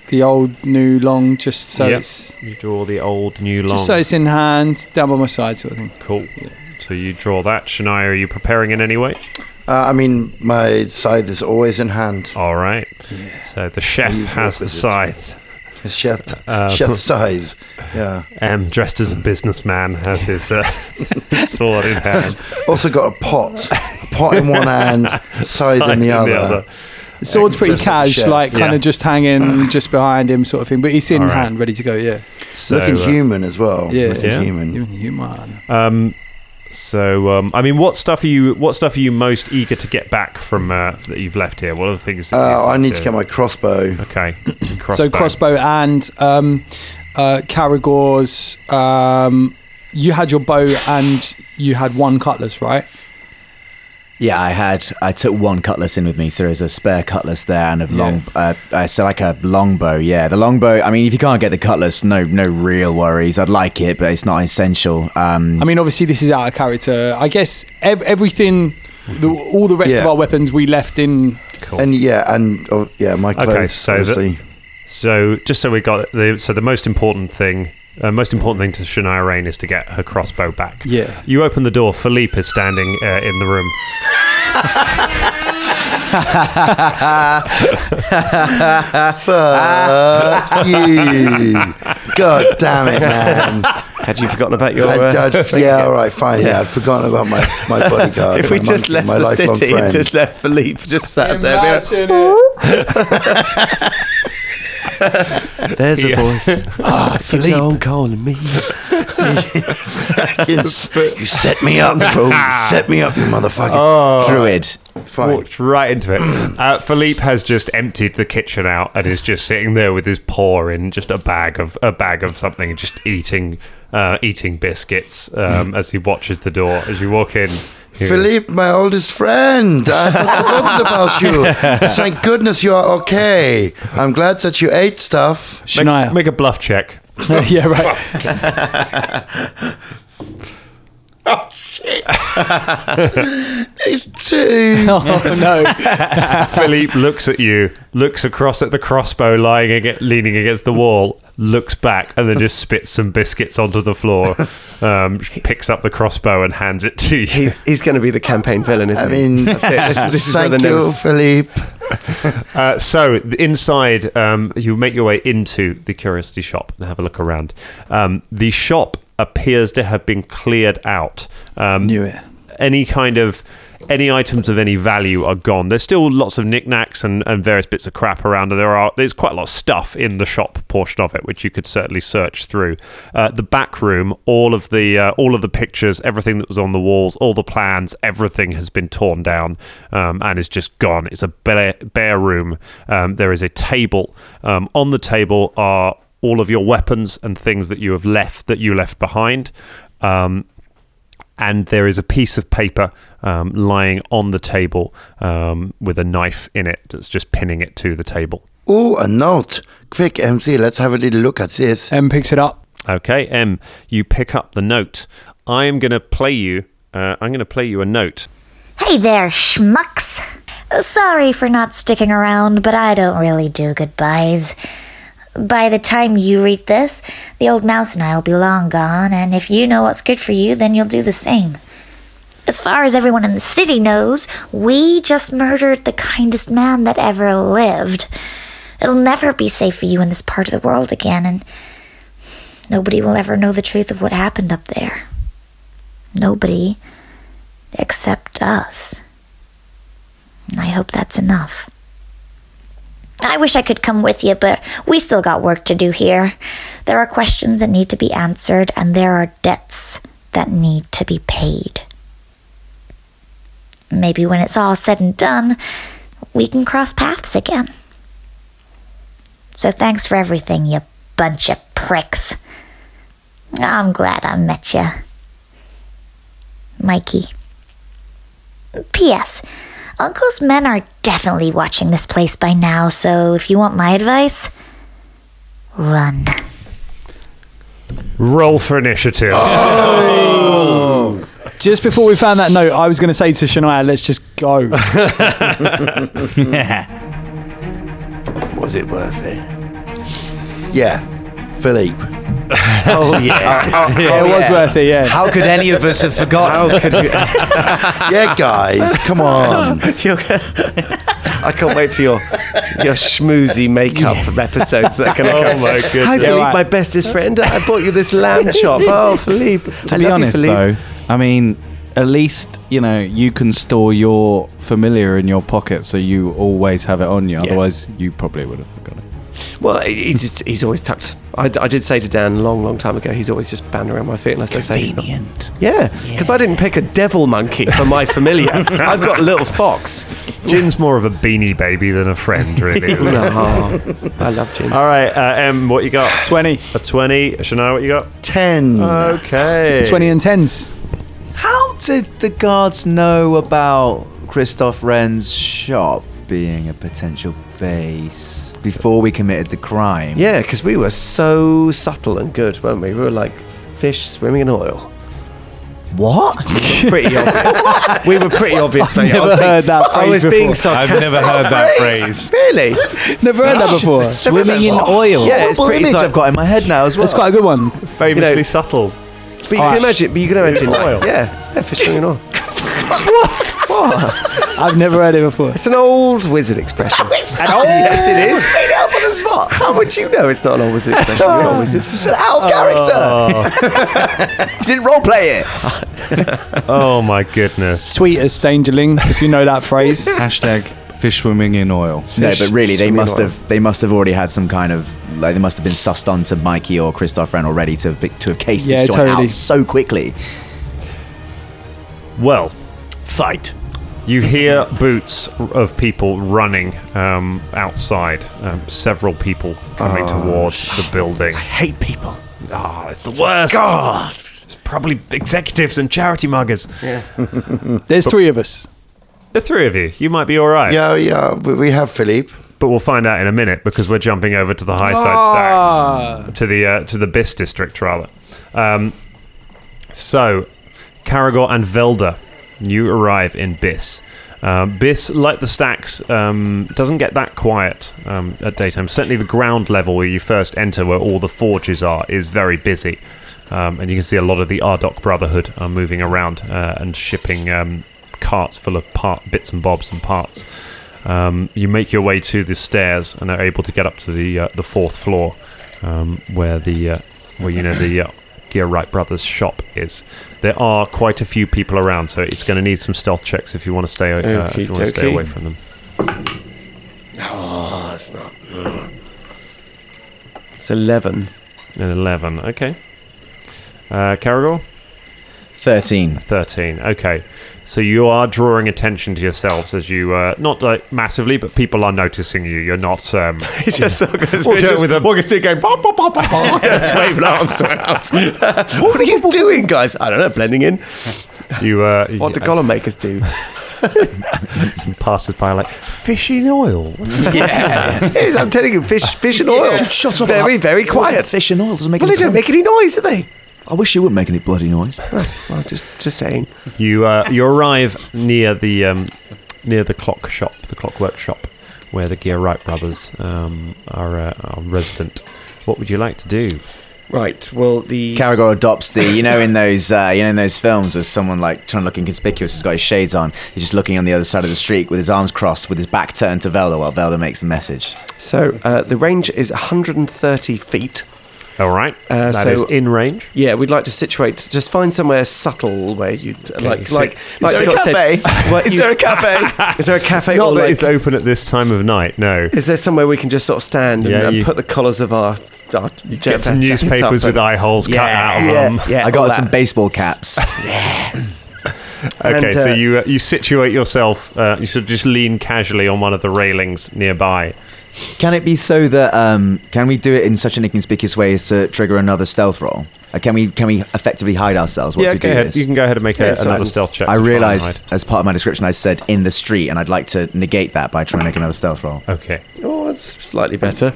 S10: the old new long just so
S2: Yep.
S10: it's
S2: you draw the old new long.
S10: just so it's in hand, down by my side sort of thing.
S2: cool. So you draw that. Shania, are you preparing in any way?
S7: Uh, I mean, my scythe is always in hand.
S2: All right. So the chef
S7: You work
S2: has the
S7: with it.
S2: scythe.
S7: The chef,
S12: Uh,
S7: chef scythe. Yeah.
S2: Um, dressed as a businessman, has his uh, sword in hand.
S7: also got a pot. A pot in one hand, scythe in the other.
S10: The sword's pretty
S7: Dressed like a
S10: cash,
S7: chef.
S10: like kind
S7: Yeah.
S10: of just hanging just behind him sort of thing. But he's in hand, ready to go, yeah.
S7: Looking
S2: uh,
S7: human as well.
S10: Yeah.
S7: Looking
S10: Yeah.
S7: human.
S10: Human.
S2: Um, so, um, I mean, what stuff are you? What stuff are you most eager to get back from uh, that you've left here? What are the things? That
S7: Uh,
S2: you've
S7: I
S2: left
S7: need to
S2: here?
S7: get my crossbow.
S2: Okay.
S10: So crossbow and um, uh, Caragor's. Um, you had your bow and you had one cutlass, right?
S11: Yeah, I had. I took one cutlass in with me, so there is a spare cutlass there and a long. Uh, uh, so like a longbow. Yeah, the longbow. I mean, if you can't get the cutlass, no, no real worries. I'd like it, but it's not essential. Um,
S10: I mean, obviously this is out of character. I guess ev- everything, the, all the rest of
S7: Yeah.
S10: our weapons we left in.
S7: And yeah, and oh, yeah, my clothes.
S2: Okay, so the-
S7: obviously.
S2: so just so we got the so the most important thing, uh, most important thing to Shania Rain is to get her crossbow back.
S10: Yeah.
S2: You open the door. Philippe is standing uh, in the room.
S7: Fuck you. God damn it, man.
S12: Had you forgotten about your?
S7: I,
S12: uh,
S7: I'd-
S12: thing
S7: yeah,
S12: again?
S7: all right, fine. Yeah, I'd forgotten about my, my bodyguard.
S12: if we
S7: my
S12: just
S7: monkey,
S12: left
S7: my
S12: the
S7: lifelong
S12: city
S7: friend.
S12: and just left Philippe just sat there. being like, There's a
S2: Yeah.
S12: voice.
S2: Ah,
S12: Philippe. on calling me.
S7: you set me up, bro. You set me up, you motherfucker.
S11: Druid.
S2: Walked right into it. Uh, Philippe has just emptied the kitchen out and is just sitting there with his paw in just a bag of a bag of something, and just eating uh, eating biscuits um, as he watches the door as you walk in. he-
S7: Philippe, my oldest friend, I had forgotten about you. Thank goodness you are okay. I'm glad that you ate stuff.
S2: Make, make a bluff check.
S10: yeah, right.
S7: Oh shit! it's two.
S11: Oh,
S2: Philippe looks at you, looks across at the crossbow lying aga leaning against the wall, looks back, and then just spits some biscuits onto the floor. Um, picks up the crossbow and hands it to you. He's,
S12: he's going to be the campaign villain, isn't
S7: I
S12: he?
S7: mean,
S12: That's it. This, this is where the
S7: thank you,
S12: nemesis-
S7: Philippe.
S2: uh, so the inside, um, you make your way into the curiosity shop and have a look around. Um, the shop appears to have been cleared out. Um, Knew it. Any kind of any items of any value are gone. There's still lots of knickknacks and, and various bits of crap around, and there are there's quite a lot of stuff in the shop portion of it, which you could certainly search through. Uh, the back room, all of the uh, all of the pictures, everything that was on the walls, all the plans, everything has been torn down um, and is just gone. It's a bare, bare room. Um, there is a table. Um, on the table are all of your weapons and things that you have left that you left behind. Um, and there is a piece of paper um, lying on the table um, with a knife in it that's just pinning it to the table.
S7: Oh, a note. Quick, MC, let's have a little look at this.
S10: M picks it up.
S2: Okay, M, you pick up the note. I am going to play you. Uh, I'm going to play you a note.
S9: Hey there, schmucks. Uh, Sorry for not sticking around, but I don't really do goodbyes. By the time you read this, the old mouse and I will be long gone, and if you know what's good for you, then you'll do the same. As far as everyone in the city knows, we just murdered the kindest man that ever lived. It'll never be safe for you in this part of the world again, and nobody will ever know the truth of what happened up there. Nobody except us. I hope that's enough. I wish I could come with you, but we still got work to do here. There are questions that need to be answered, and there are debts that need to be paid. Maybe when it's all said and done, we can cross paths again. So thanks for everything, you bunch of pricks. I'm glad I met you. Mikey. P.S. Uncle's men are definitely watching this place by now, so if you want my advice, run.
S2: Roll for initiative.
S10: Just before we found that note, I was going to say to Shania, let's just go.
S7: Was it worth it? Yeah, Philippe.
S11: Oh, yeah. Oh, oh, Yeah, it was yeah. worth it, yeah. How could any of us have forgotten? How could you-
S7: yeah, guys, come on.
S12: I can't wait for your your schmoozy makeup episodes that are going to
S14: Oh
S12: come.
S14: my goodness.
S12: Hi, Philippe,
S14: Yeah, right.
S12: my bestest friend. I bought you this lamb chop. Oh, Philippe.
S14: to be
S12: I love you,
S14: honest,
S12: Philippe.
S14: though, I mean, at least you know you can store your familiar in your pocket, so you always have it on you. Otherwise, you probably would have forgotten.
S12: Well, he's just, he's always tucked. I, I did say to Dan a long, long time ago, he's always just bound around my feet unless I say he's not. Yeah, because I didn't pick a devil monkey for my familiar. I've got a little fox.
S2: Jin's more of a beanie baby than a friend, really.
S12: No, I love Jin.
S2: All right, uh, M, what you got? 20. A 20. Shania, what you got?
S7: 10.
S2: Okay.
S10: 20 and 10s.
S11: How did the guards know about Christoph Wren's shop being a potential base before we committed the crime?
S12: Yeah, because we were so subtle and good, weren't we? We were like fish swimming in oil.
S11: What?
S12: pretty obvious. we were pretty obvious, mate. I
S14: Never
S12: was being-
S14: heard that
S12: I was
S14: phrase
S12: being
S14: before. I've
S12: sarcastic.
S14: never heard that phrase.
S12: Really?
S10: Never heard that before.
S11: Swimming in oil.
S12: Yeah, it's
S11: Horrible
S12: pretty
S11: image
S12: sar-
S11: I've got in my head now as well.
S12: That's quite a good
S10: one.
S2: Famously subtle.
S12: But you can imagine. But you can imagine. Oil. Yeah, yeah, fish swimming in oil. what? What?
S10: I've never heard it before.
S12: It's an old wizard expression.
S11: An
S12: old- Yes, it is.
S11: Made up on the spot.
S12: How would you know it's not an old wizard expression? You're not a wizard.
S11: It's an out of character. you didn't role play it.
S2: oh my goodness.
S10: Tweet us, Dangerlings, if you know that phrase.
S14: Hashtag fish swimming in oil.
S11: No, but really, they must have they must have already had some kind of like they must have been sussed onto Mikey or Christoph Ren already to have be- to have cased
S10: Yeah,
S11: this joint
S10: totally.
S11: out so quickly.
S2: Well,
S12: fight.
S2: You hear boots of people running um, outside. Um, several people coming
S12: Oh,
S2: towards the building. I
S12: hate people.
S2: Ah, it's the worst. God, it's probably executives and charity muggers. Yeah.
S10: There's three of us.
S2: The three of you. You might be all right.
S7: Yeah, yeah, we we have Philippe.
S2: But we'll find out in a minute because we're jumping over to the high side
S10: Ah.
S2: stacks to the uh, to the bis district rather. Um, so, Caragor and Velda, you arrive in Bis. Um, Biss, like the stacks, um, doesn't get that quiet um, at daytime. Certainly, the ground level where you first enter, where all the forges are, is very busy. Um, and you can see a lot of the Ardok Brotherhood are moving around uh, and shipping um, carts full of part bits and bobs and parts. Um, you make your way to the stairs and are able to get up to the uh, the fourth floor, um, where the uh, where you know the uh, Gear Wright Brothers shop is. There are quite a few people around, so it's going to need some stealth checks if you want to stay uh, if you want to stay
S12: Okey-dokey.
S2: away from them.
S12: Oh, it's not.
S2: It's eleven. An eleven. Okay. Uh, Caragor.
S11: Thirteen.
S2: Thirteen. Okay. So you are drawing attention to yourselves as you, uh, not like massively, but people are noticing you. You're not. Um,
S12: He's just so good.
S2: Walking
S12: Just
S2: with a-
S12: walking through going, "Bah, bah, bah, bah, bah." Just waving arms around. what are you doing, guys? I don't know, blending in.
S2: You, uh,
S12: what do column makers do?
S2: some passes by like fish in oil.
S12: yeah, It is, I'm telling you, fish, fish and oil.
S2: Just shut up.
S12: Very, very
S2: All
S12: quiet.
S11: Fish and oil doesn't make
S12: Well,
S11: any
S12: they don't
S11: sense.
S12: make any noise, do they?
S11: I wish you wouldn't make any bloody noise.
S12: well, just, just saying.
S2: You uh, you arrive near the um, near the clock shop, the clockwork shop, where the Gear Wright brothers um, are, uh, are resident. What would you like to do?
S12: Right. Well, the
S11: Caragor adopts the you know in those uh, you know in those films where someone like trying to look inconspicuous has got his shades on. He's just looking on the other side of the street with his arms crossed, with his back turned to Velda while Velda makes the message.
S12: So uh, the range is 130 feet.
S2: All right.
S12: Uh,
S2: That is in range.
S12: Yeah, we'd like to situate. Just find somewhere subtle where you'd like,
S2: so-
S12: like, like
S2: Is there a
S12: Scott said.
S2: cafe?
S12: what
S2: Is
S12: you-
S2: there a cafe?
S12: Is there a cafe?
S2: Not
S12: or
S2: that
S12: like,
S2: it's open at this time of night. No.
S12: Is there somewhere we can just sort of stand
S2: Yeah,
S12: and, and
S2: you-
S12: put the collars of our, our
S2: Get some newspapers with eye holes cut out of them.
S11: I got some baseball caps.
S2: Okay,
S12: And,
S2: so
S12: uh,
S2: you uh, you situate yourself. Uh, you should just lean casually on one of the railings nearby.
S11: Can it be so that um, can we do it in such an inconspicuous way as to trigger another stealth roll? Uh, can we can we effectively hide ourselves once
S2: Yeah,
S11: we
S2: go
S11: do
S2: ahead.
S11: this?
S2: You can go ahead and make a- Yeah, so another it's- stealth check.
S11: I
S2: It's fine,
S11: realised
S2: hide.
S11: as part of my description, I said in the street, and I'd like to negate that by trying to make another stealth roll.
S2: Okay.
S12: Oh, it's slightly better.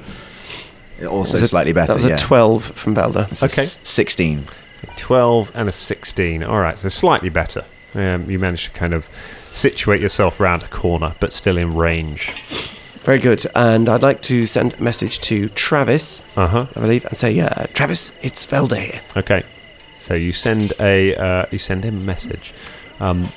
S11: Also
S12: That was a-
S11: slightly better.
S12: That was a
S11: yeah.
S12: 12 from Belder.
S11: It's a Okay. s- 16.
S2: 12 and a 16. All right, so slightly better. Um, you managed to kind of situate yourself round a corner, but still in range.
S12: Very good. And I'd like to send a message to Travis,
S2: Uh-huh.
S12: I believe, and say, yeah, Travis, it's Velda here.
S2: Okay, so you send a uh, you send him a message. Um,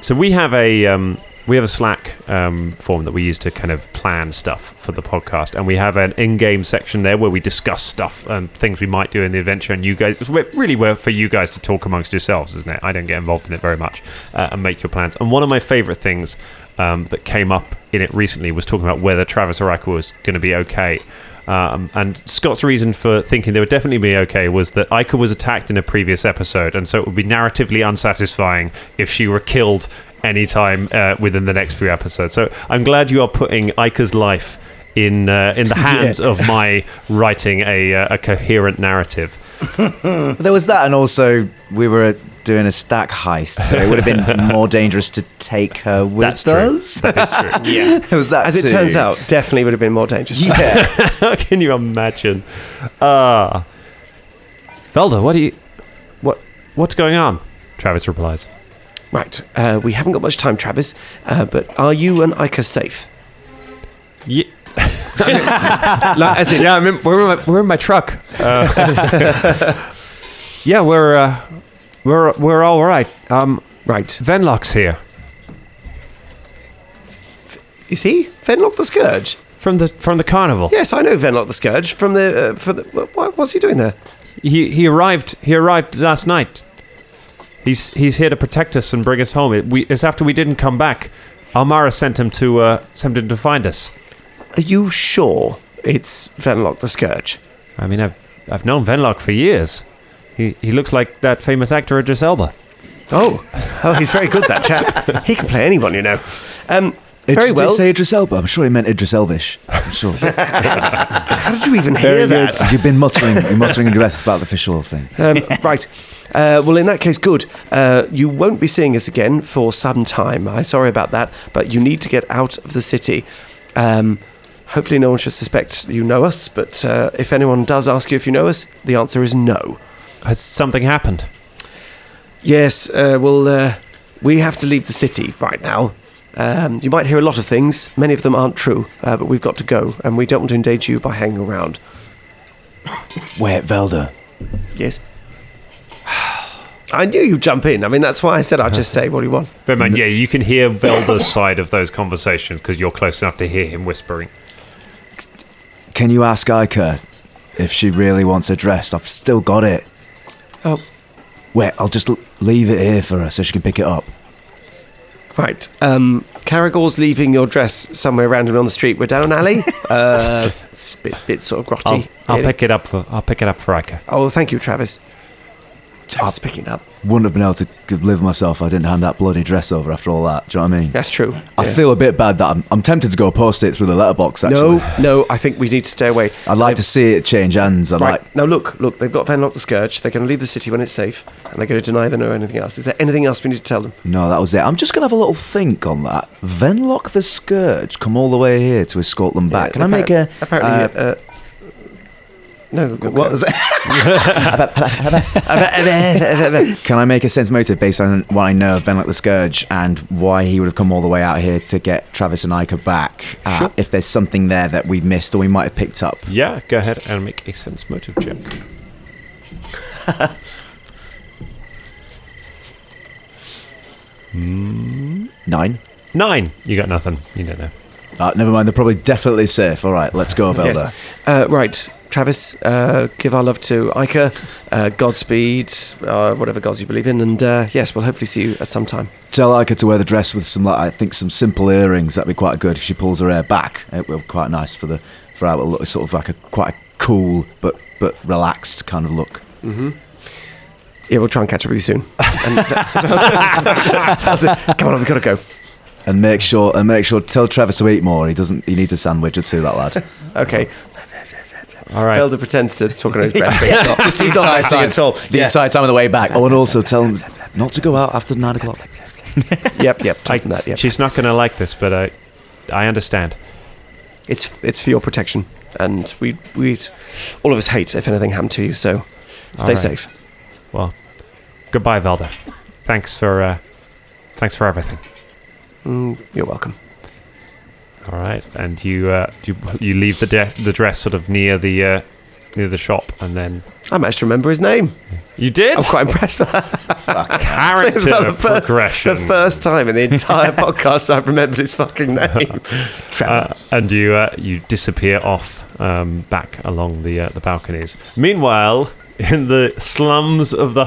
S2: so we have a um, we have a Slack um, form that we use to kind of plan stuff for the podcast, and we have an in-game section there where we discuss stuff and things we might do in the adventure. And you guys, it's re- really where for you guys to talk amongst yourselves, isn't it? I don't get involved in it very much uh, and make your plans. And one of my favorite things um, that came up in it recently was talking about whether Travis Araka was going to be okay. Um, and Scott's reason for thinking they would definitely be okay was that Ica was attacked in a previous episode, and so it would be narratively unsatisfying if she were killed anytime uh, within the next few episodes. So I'm glad you are putting Ica's life in uh, in the hands of my writing a, uh, a coherent narrative.
S11: there was that, and also we were doing a stack heist, so it would have been more dangerous to take her with
S12: That's
S11: us.
S12: true. That is true.
S11: Yeah, it was that.
S12: As it
S11: too.
S12: turns out, definitely would have been more dangerous.
S11: Yeah.
S2: How can you imagine? Ah, Velda, what do you what what's going on? Travis replies.
S12: Right. Uh, we haven't got much time, Travis, uh, but are you and Ica safe?
S2: Yeah.
S12: like, as in,
S2: yeah, I'm in, we're, in my, we're in my truck. Uh, yeah, we're uh, we're we're all right. Um,
S12: right.
S2: Venlock's here
S12: Is he Venlock the Scourge?
S2: from the from the carnival.
S12: Yes, I know Venlock the Scourge from the. Uh, from the what, what's he doing there?
S2: He he arrived he arrived last night. He's he's here to protect us and bring us home. It, we, it's after we didn't come back. Almara sent him to uh, sent him to find us.
S12: Are you sure it's Venlock the Scourge?
S2: I mean, I've I've known Venlock for years. He he looks like that famous actor Idris Elba.
S12: Oh, oh, he's very good, that chap. he can play anyone, you know. Um, very
S11: Idris-
S12: well.
S11: Did it say Idris Elba? I'm sure he meant Idris Elvish. I'm sure.
S12: How did you even hear that?
S11: You've been muttering, you're muttering in your breath about the fish oil thing.
S12: Um, right. Uh, well, in that case, good. Uh, you won't be seeing us again for some time. I'm sorry about that, but you need to get out of the city. Um, hopefully, no one should suspect you know us, but uh, if anyone does ask you if you know us, the answer is no.
S2: Has something happened?
S12: Yes, uh, well, uh, we have to leave the city right now. Um, you might hear a lot of things. Many of them aren't true, uh, but we've got to go, and we don't want to endanger you by hanging around.
S11: Wait, Velda.
S12: Yes. I knew you'd jump in. I mean, that's why I said I'd just say what do you want.
S2: But man, yeah, you can hear Velda's side of those conversations because you're close enough to hear him whispering.
S11: Can you ask Iker if she really wants a dress? I've still got it.
S12: Oh.
S11: Wait, I'll just l- leave it here for her so she can pick it up.
S12: Right. Um, Caragor's leaving your dress somewhere randomly on the street. We're down an alley. uh, it's a bit, bit sort of
S2: I'll,
S12: grotty.
S2: I'll pick it up for I'll pick it up for Ica.
S12: Oh, thank you, Travis. Travis picking up.
S11: Wouldn't have been able to g- live myself if I didn't hand that bloody dress over after all that. Do you know what I mean?
S12: That's true.
S11: I
S12: Yes.
S11: feel a bit bad that I'm, I'm tempted to go post it through the letterbox, actually.
S12: No, no, I think we need to stay away.
S11: I'd like to see it change hands. I'd
S12: Right.
S11: like.
S12: Now, look, look, they've got Vanlock the Scourge. They're going to leave the city when it's safe, and they're going to deny they know anything else. Is there anything else we need to tell them?
S11: No, that was it. I'm just going to have a little think on that. Venlock the Scourge come all the way here to escort them back. Can I make a.
S12: Apparently,
S11: uh,
S12: uh, no.
S11: What was Can I make a sense motive based on what I know of Benlock the Scourge and why he would have come all the way out here to get Travis and Ica back? Uh, If there's something there that we missed or we might have picked up.
S2: Yeah, go ahead and make a sense motive check.
S11: Nine.
S2: Nine. You got nothing. You don't know.
S11: Uh, never mind, they're probably definitely safe. All right, let's go, Velda.
S12: Yes. Uh, right, Travis, uh, give our love to Ica. Uh, Godspeed, uh, whatever gods you believe in, and uh, yes, we'll hopefully see you at some time.
S11: Tell Ica to wear the dress with some, like, I think, some simple earrings. That'd be quite good. If she pulls her hair back, it will be quite nice for the for our look. It's sort of like a quite a cool but but relaxed kind of look.
S12: Mm-hmm. Yeah, we'll try and catch up with you soon. Come on, we've got to go.
S11: And make sure and make sure tell Travis to eat more. He doesn't. He needs a sandwich or two. That lad.
S12: Okay.
S2: All right.
S12: Felder pretends to talk on his breath. but he's not.
S11: Just
S12: He's not acting at all.
S11: The entire time on the way back. Oh, and also tell him not to go out after nine o'clock.
S12: yep, yep.
S2: I, She's not going to like this, but I, I understand.
S12: It's it's for your protection, and we we all of us hate if anything happened to you. So stay
S2: All right.
S12: safe.
S2: Well, goodbye, Velda. Thanks for, uh, thanks for everything.
S12: Mm, you're welcome.
S2: All right, and you, uh, you, you leave the de- the dress sort of near the, uh, near the shop, and then
S12: I managed to remember his name.
S2: You did?
S12: I'm quite impressed with that.
S2: Character
S12: It's about first,
S2: progression.
S12: The first time in the entire podcast I've remembered his fucking name.
S2: Uh, and you uh, you disappear off um, back along the uh, the balconies. Meanwhile, in the slums of the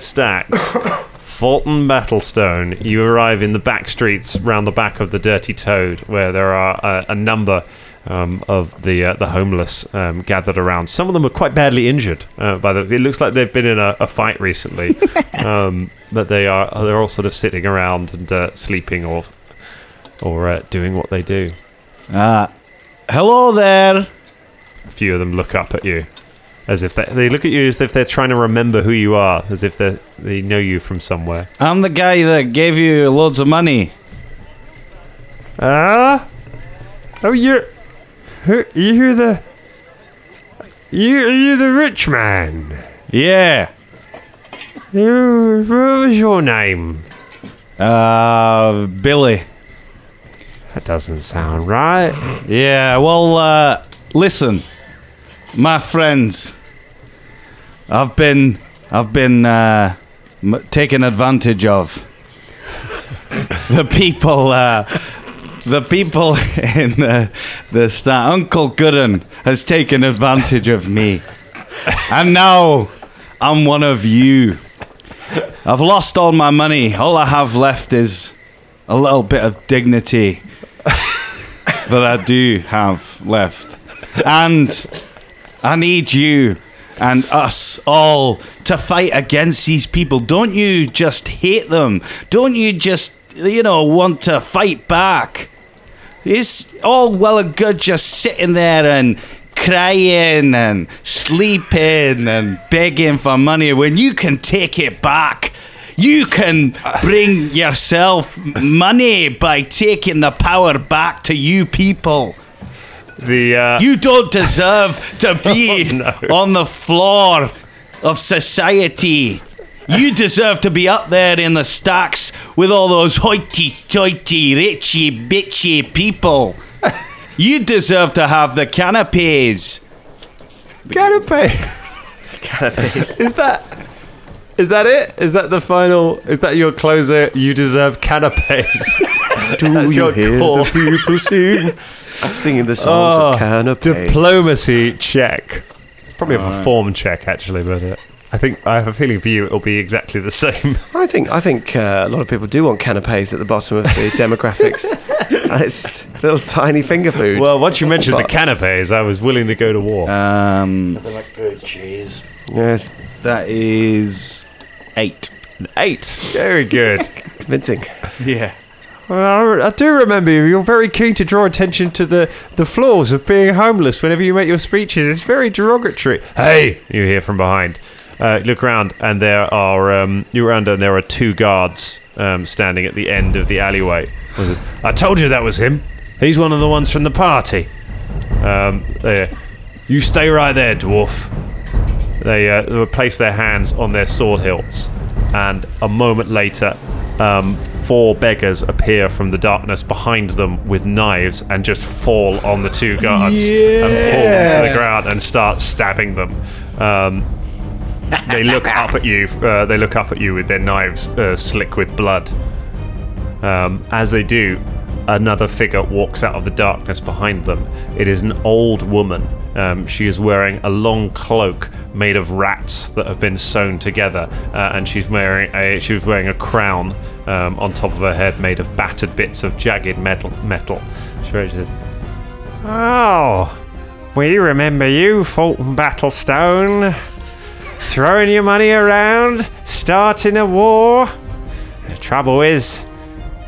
S2: Stacks, Fulton Battlestone, you arrive in the back streets round the back of the Dirty Toad, where there are uh, a number. Um, of the uh, the homeless um, gathered around, some of them are quite badly injured. Uh, by the, it looks like they've been in a, a fight recently, um, but they are they're all sort of sitting around and uh, sleeping or or uh, doing what they do.
S17: Uh, hello there.
S2: A few of them look up at you, as if they, they look at you as if they're trying to remember who you are, as if they they know you from somewhere.
S17: I'm the guy that gave you loads of money.
S14: Ah? oh, you're. Who, you're the. You, you're the rich man.
S17: Yeah.
S14: You, what was your name?
S17: Uh, Billy.
S14: That doesn't sound right.
S17: Yeah, well, uh, listen, my friends, I've been, I've been uh, m- taken advantage of. the people, uh, the people in the the star, Uncle Gooden has taken advantage of me, and now I'm one of you. I've lost all my money. All I have left is a little bit of dignity that I do have left. And I need you and us all to fight against these people. Don't you just hate them? Don't you just, you know, want to fight back? It's all well and good just sitting there and crying and sleeping and begging for money when you can take it back. You can bring yourself money by taking the power back to you people.
S2: The uh... Oh,
S17: you don't deserve to be on the floor of society. You deserve to be up there in the stacks with all those hoity-toity, richy, bitchy people. you deserve to have the canapes.
S2: Canopy. is that is that it? Is that the final? Is that your closer? You deserve canapes. Do That's your core.
S12: people sing? Singing the songs
S2: Oh,
S12: of canapé.
S2: diplomacy check. It's probably a
S12: Alright.
S2: form check actually, but uh, I think I have a feeling for you it'll be exactly the same.
S12: I think I think uh, a lot of people do want canapes at the bottom of the demographics. it's little tiny finger food.
S2: Well, once you mentioned the
S12: But-
S2: canapes, I was willing to go to war.
S18: Um,
S7: "Oh, cheese.
S12: Yes,
S18: that is eight.
S2: Eight. Very good.
S12: Convincing.
S2: Yeah. Well, I, I do remember you. You're very keen to draw attention to the, the flaws of being homeless whenever you make your speeches. It's very derogatory. Hey, you hear from behind. Uh, look around, and there are um, you round, and there are two guards um, standing at the end of the alleyway. Was it? I told you that was him. He's one of the ones from the party. Um, there. You stay right there, dwarf. They, uh, they would place their hands on their sword hilts, and a moment later, um, four beggars appear from the darkness behind them with knives and just fall on the two guards and pull them to
S19: Yes.
S2: the ground and start stabbing them. Um, they look up at you. Uh, they look up at you with their knives uh, slick with blood. Um, as they do, another figure walks out of the darkness behind them. It is an old woman. Um, she is wearing a long cloak made of rats that have been sewn together, uh, and she's wearing a she's wearing a crown um, on top of her head made of battered bits of jagged metal. Metal. She says,
S20: Oh, we remember you, Fulton Battlestone. Throwing your money around, starting a war. The trouble is,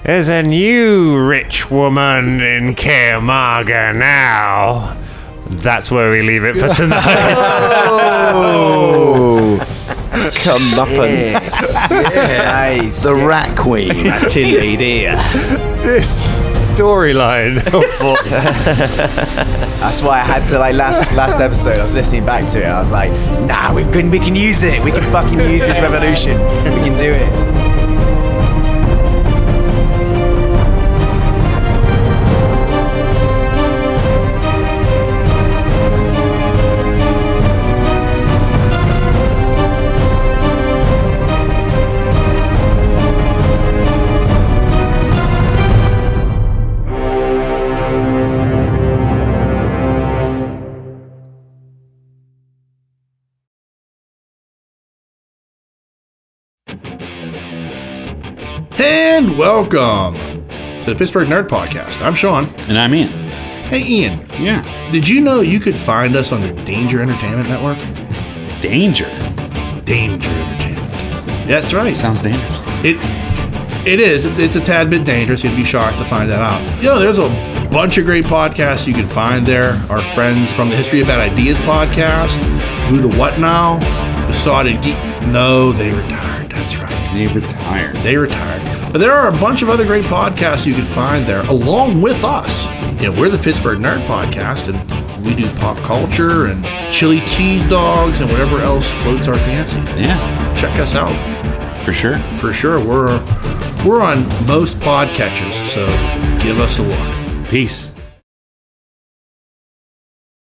S20: there's a new rich woman in Kermaga now.
S2: "That's where we leave it for tonight."
S12: Oh,
S7: Yes. Yeah. The Rat Queen.
S17: That's indeed here.
S2: this storyline.
S11: That's why I had to like last last episode. I was listening back to it. I was like, Nah, we can we can use it. We can fucking use this revolution. We can do it.
S21: And welcome to the Pittsburgh Nerd Podcast. I'm Sean.
S22: And I'm Ian.
S21: Hey, Ian.
S22: Yeah.
S21: Did you know you could find us on the Danger Entertainment Network?
S22: Danger?
S21: Danger Entertainment. That's right. Sounds
S22: dangerous.
S21: It it is. It's, it's a tad bit dangerous. You'd be shocked to find that out. You know, there's a bunch of great podcasts you can find there. Our friends from the History of Bad Ideas podcast, Who the What Now, The Sodded Geek. No, they retired. That's right.
S22: They retired.
S21: They retired. But there are a bunch of other great podcasts you can find there, along with us. You know, we're the Pittsburgh Nerd Podcast, and we do pop culture and chili cheese dogs and whatever else floats our fancy.
S22: Yeah.
S21: Check us out.
S22: For sure.
S21: For sure. We're we're on most podcatchers, so give us a look.
S22: Peace.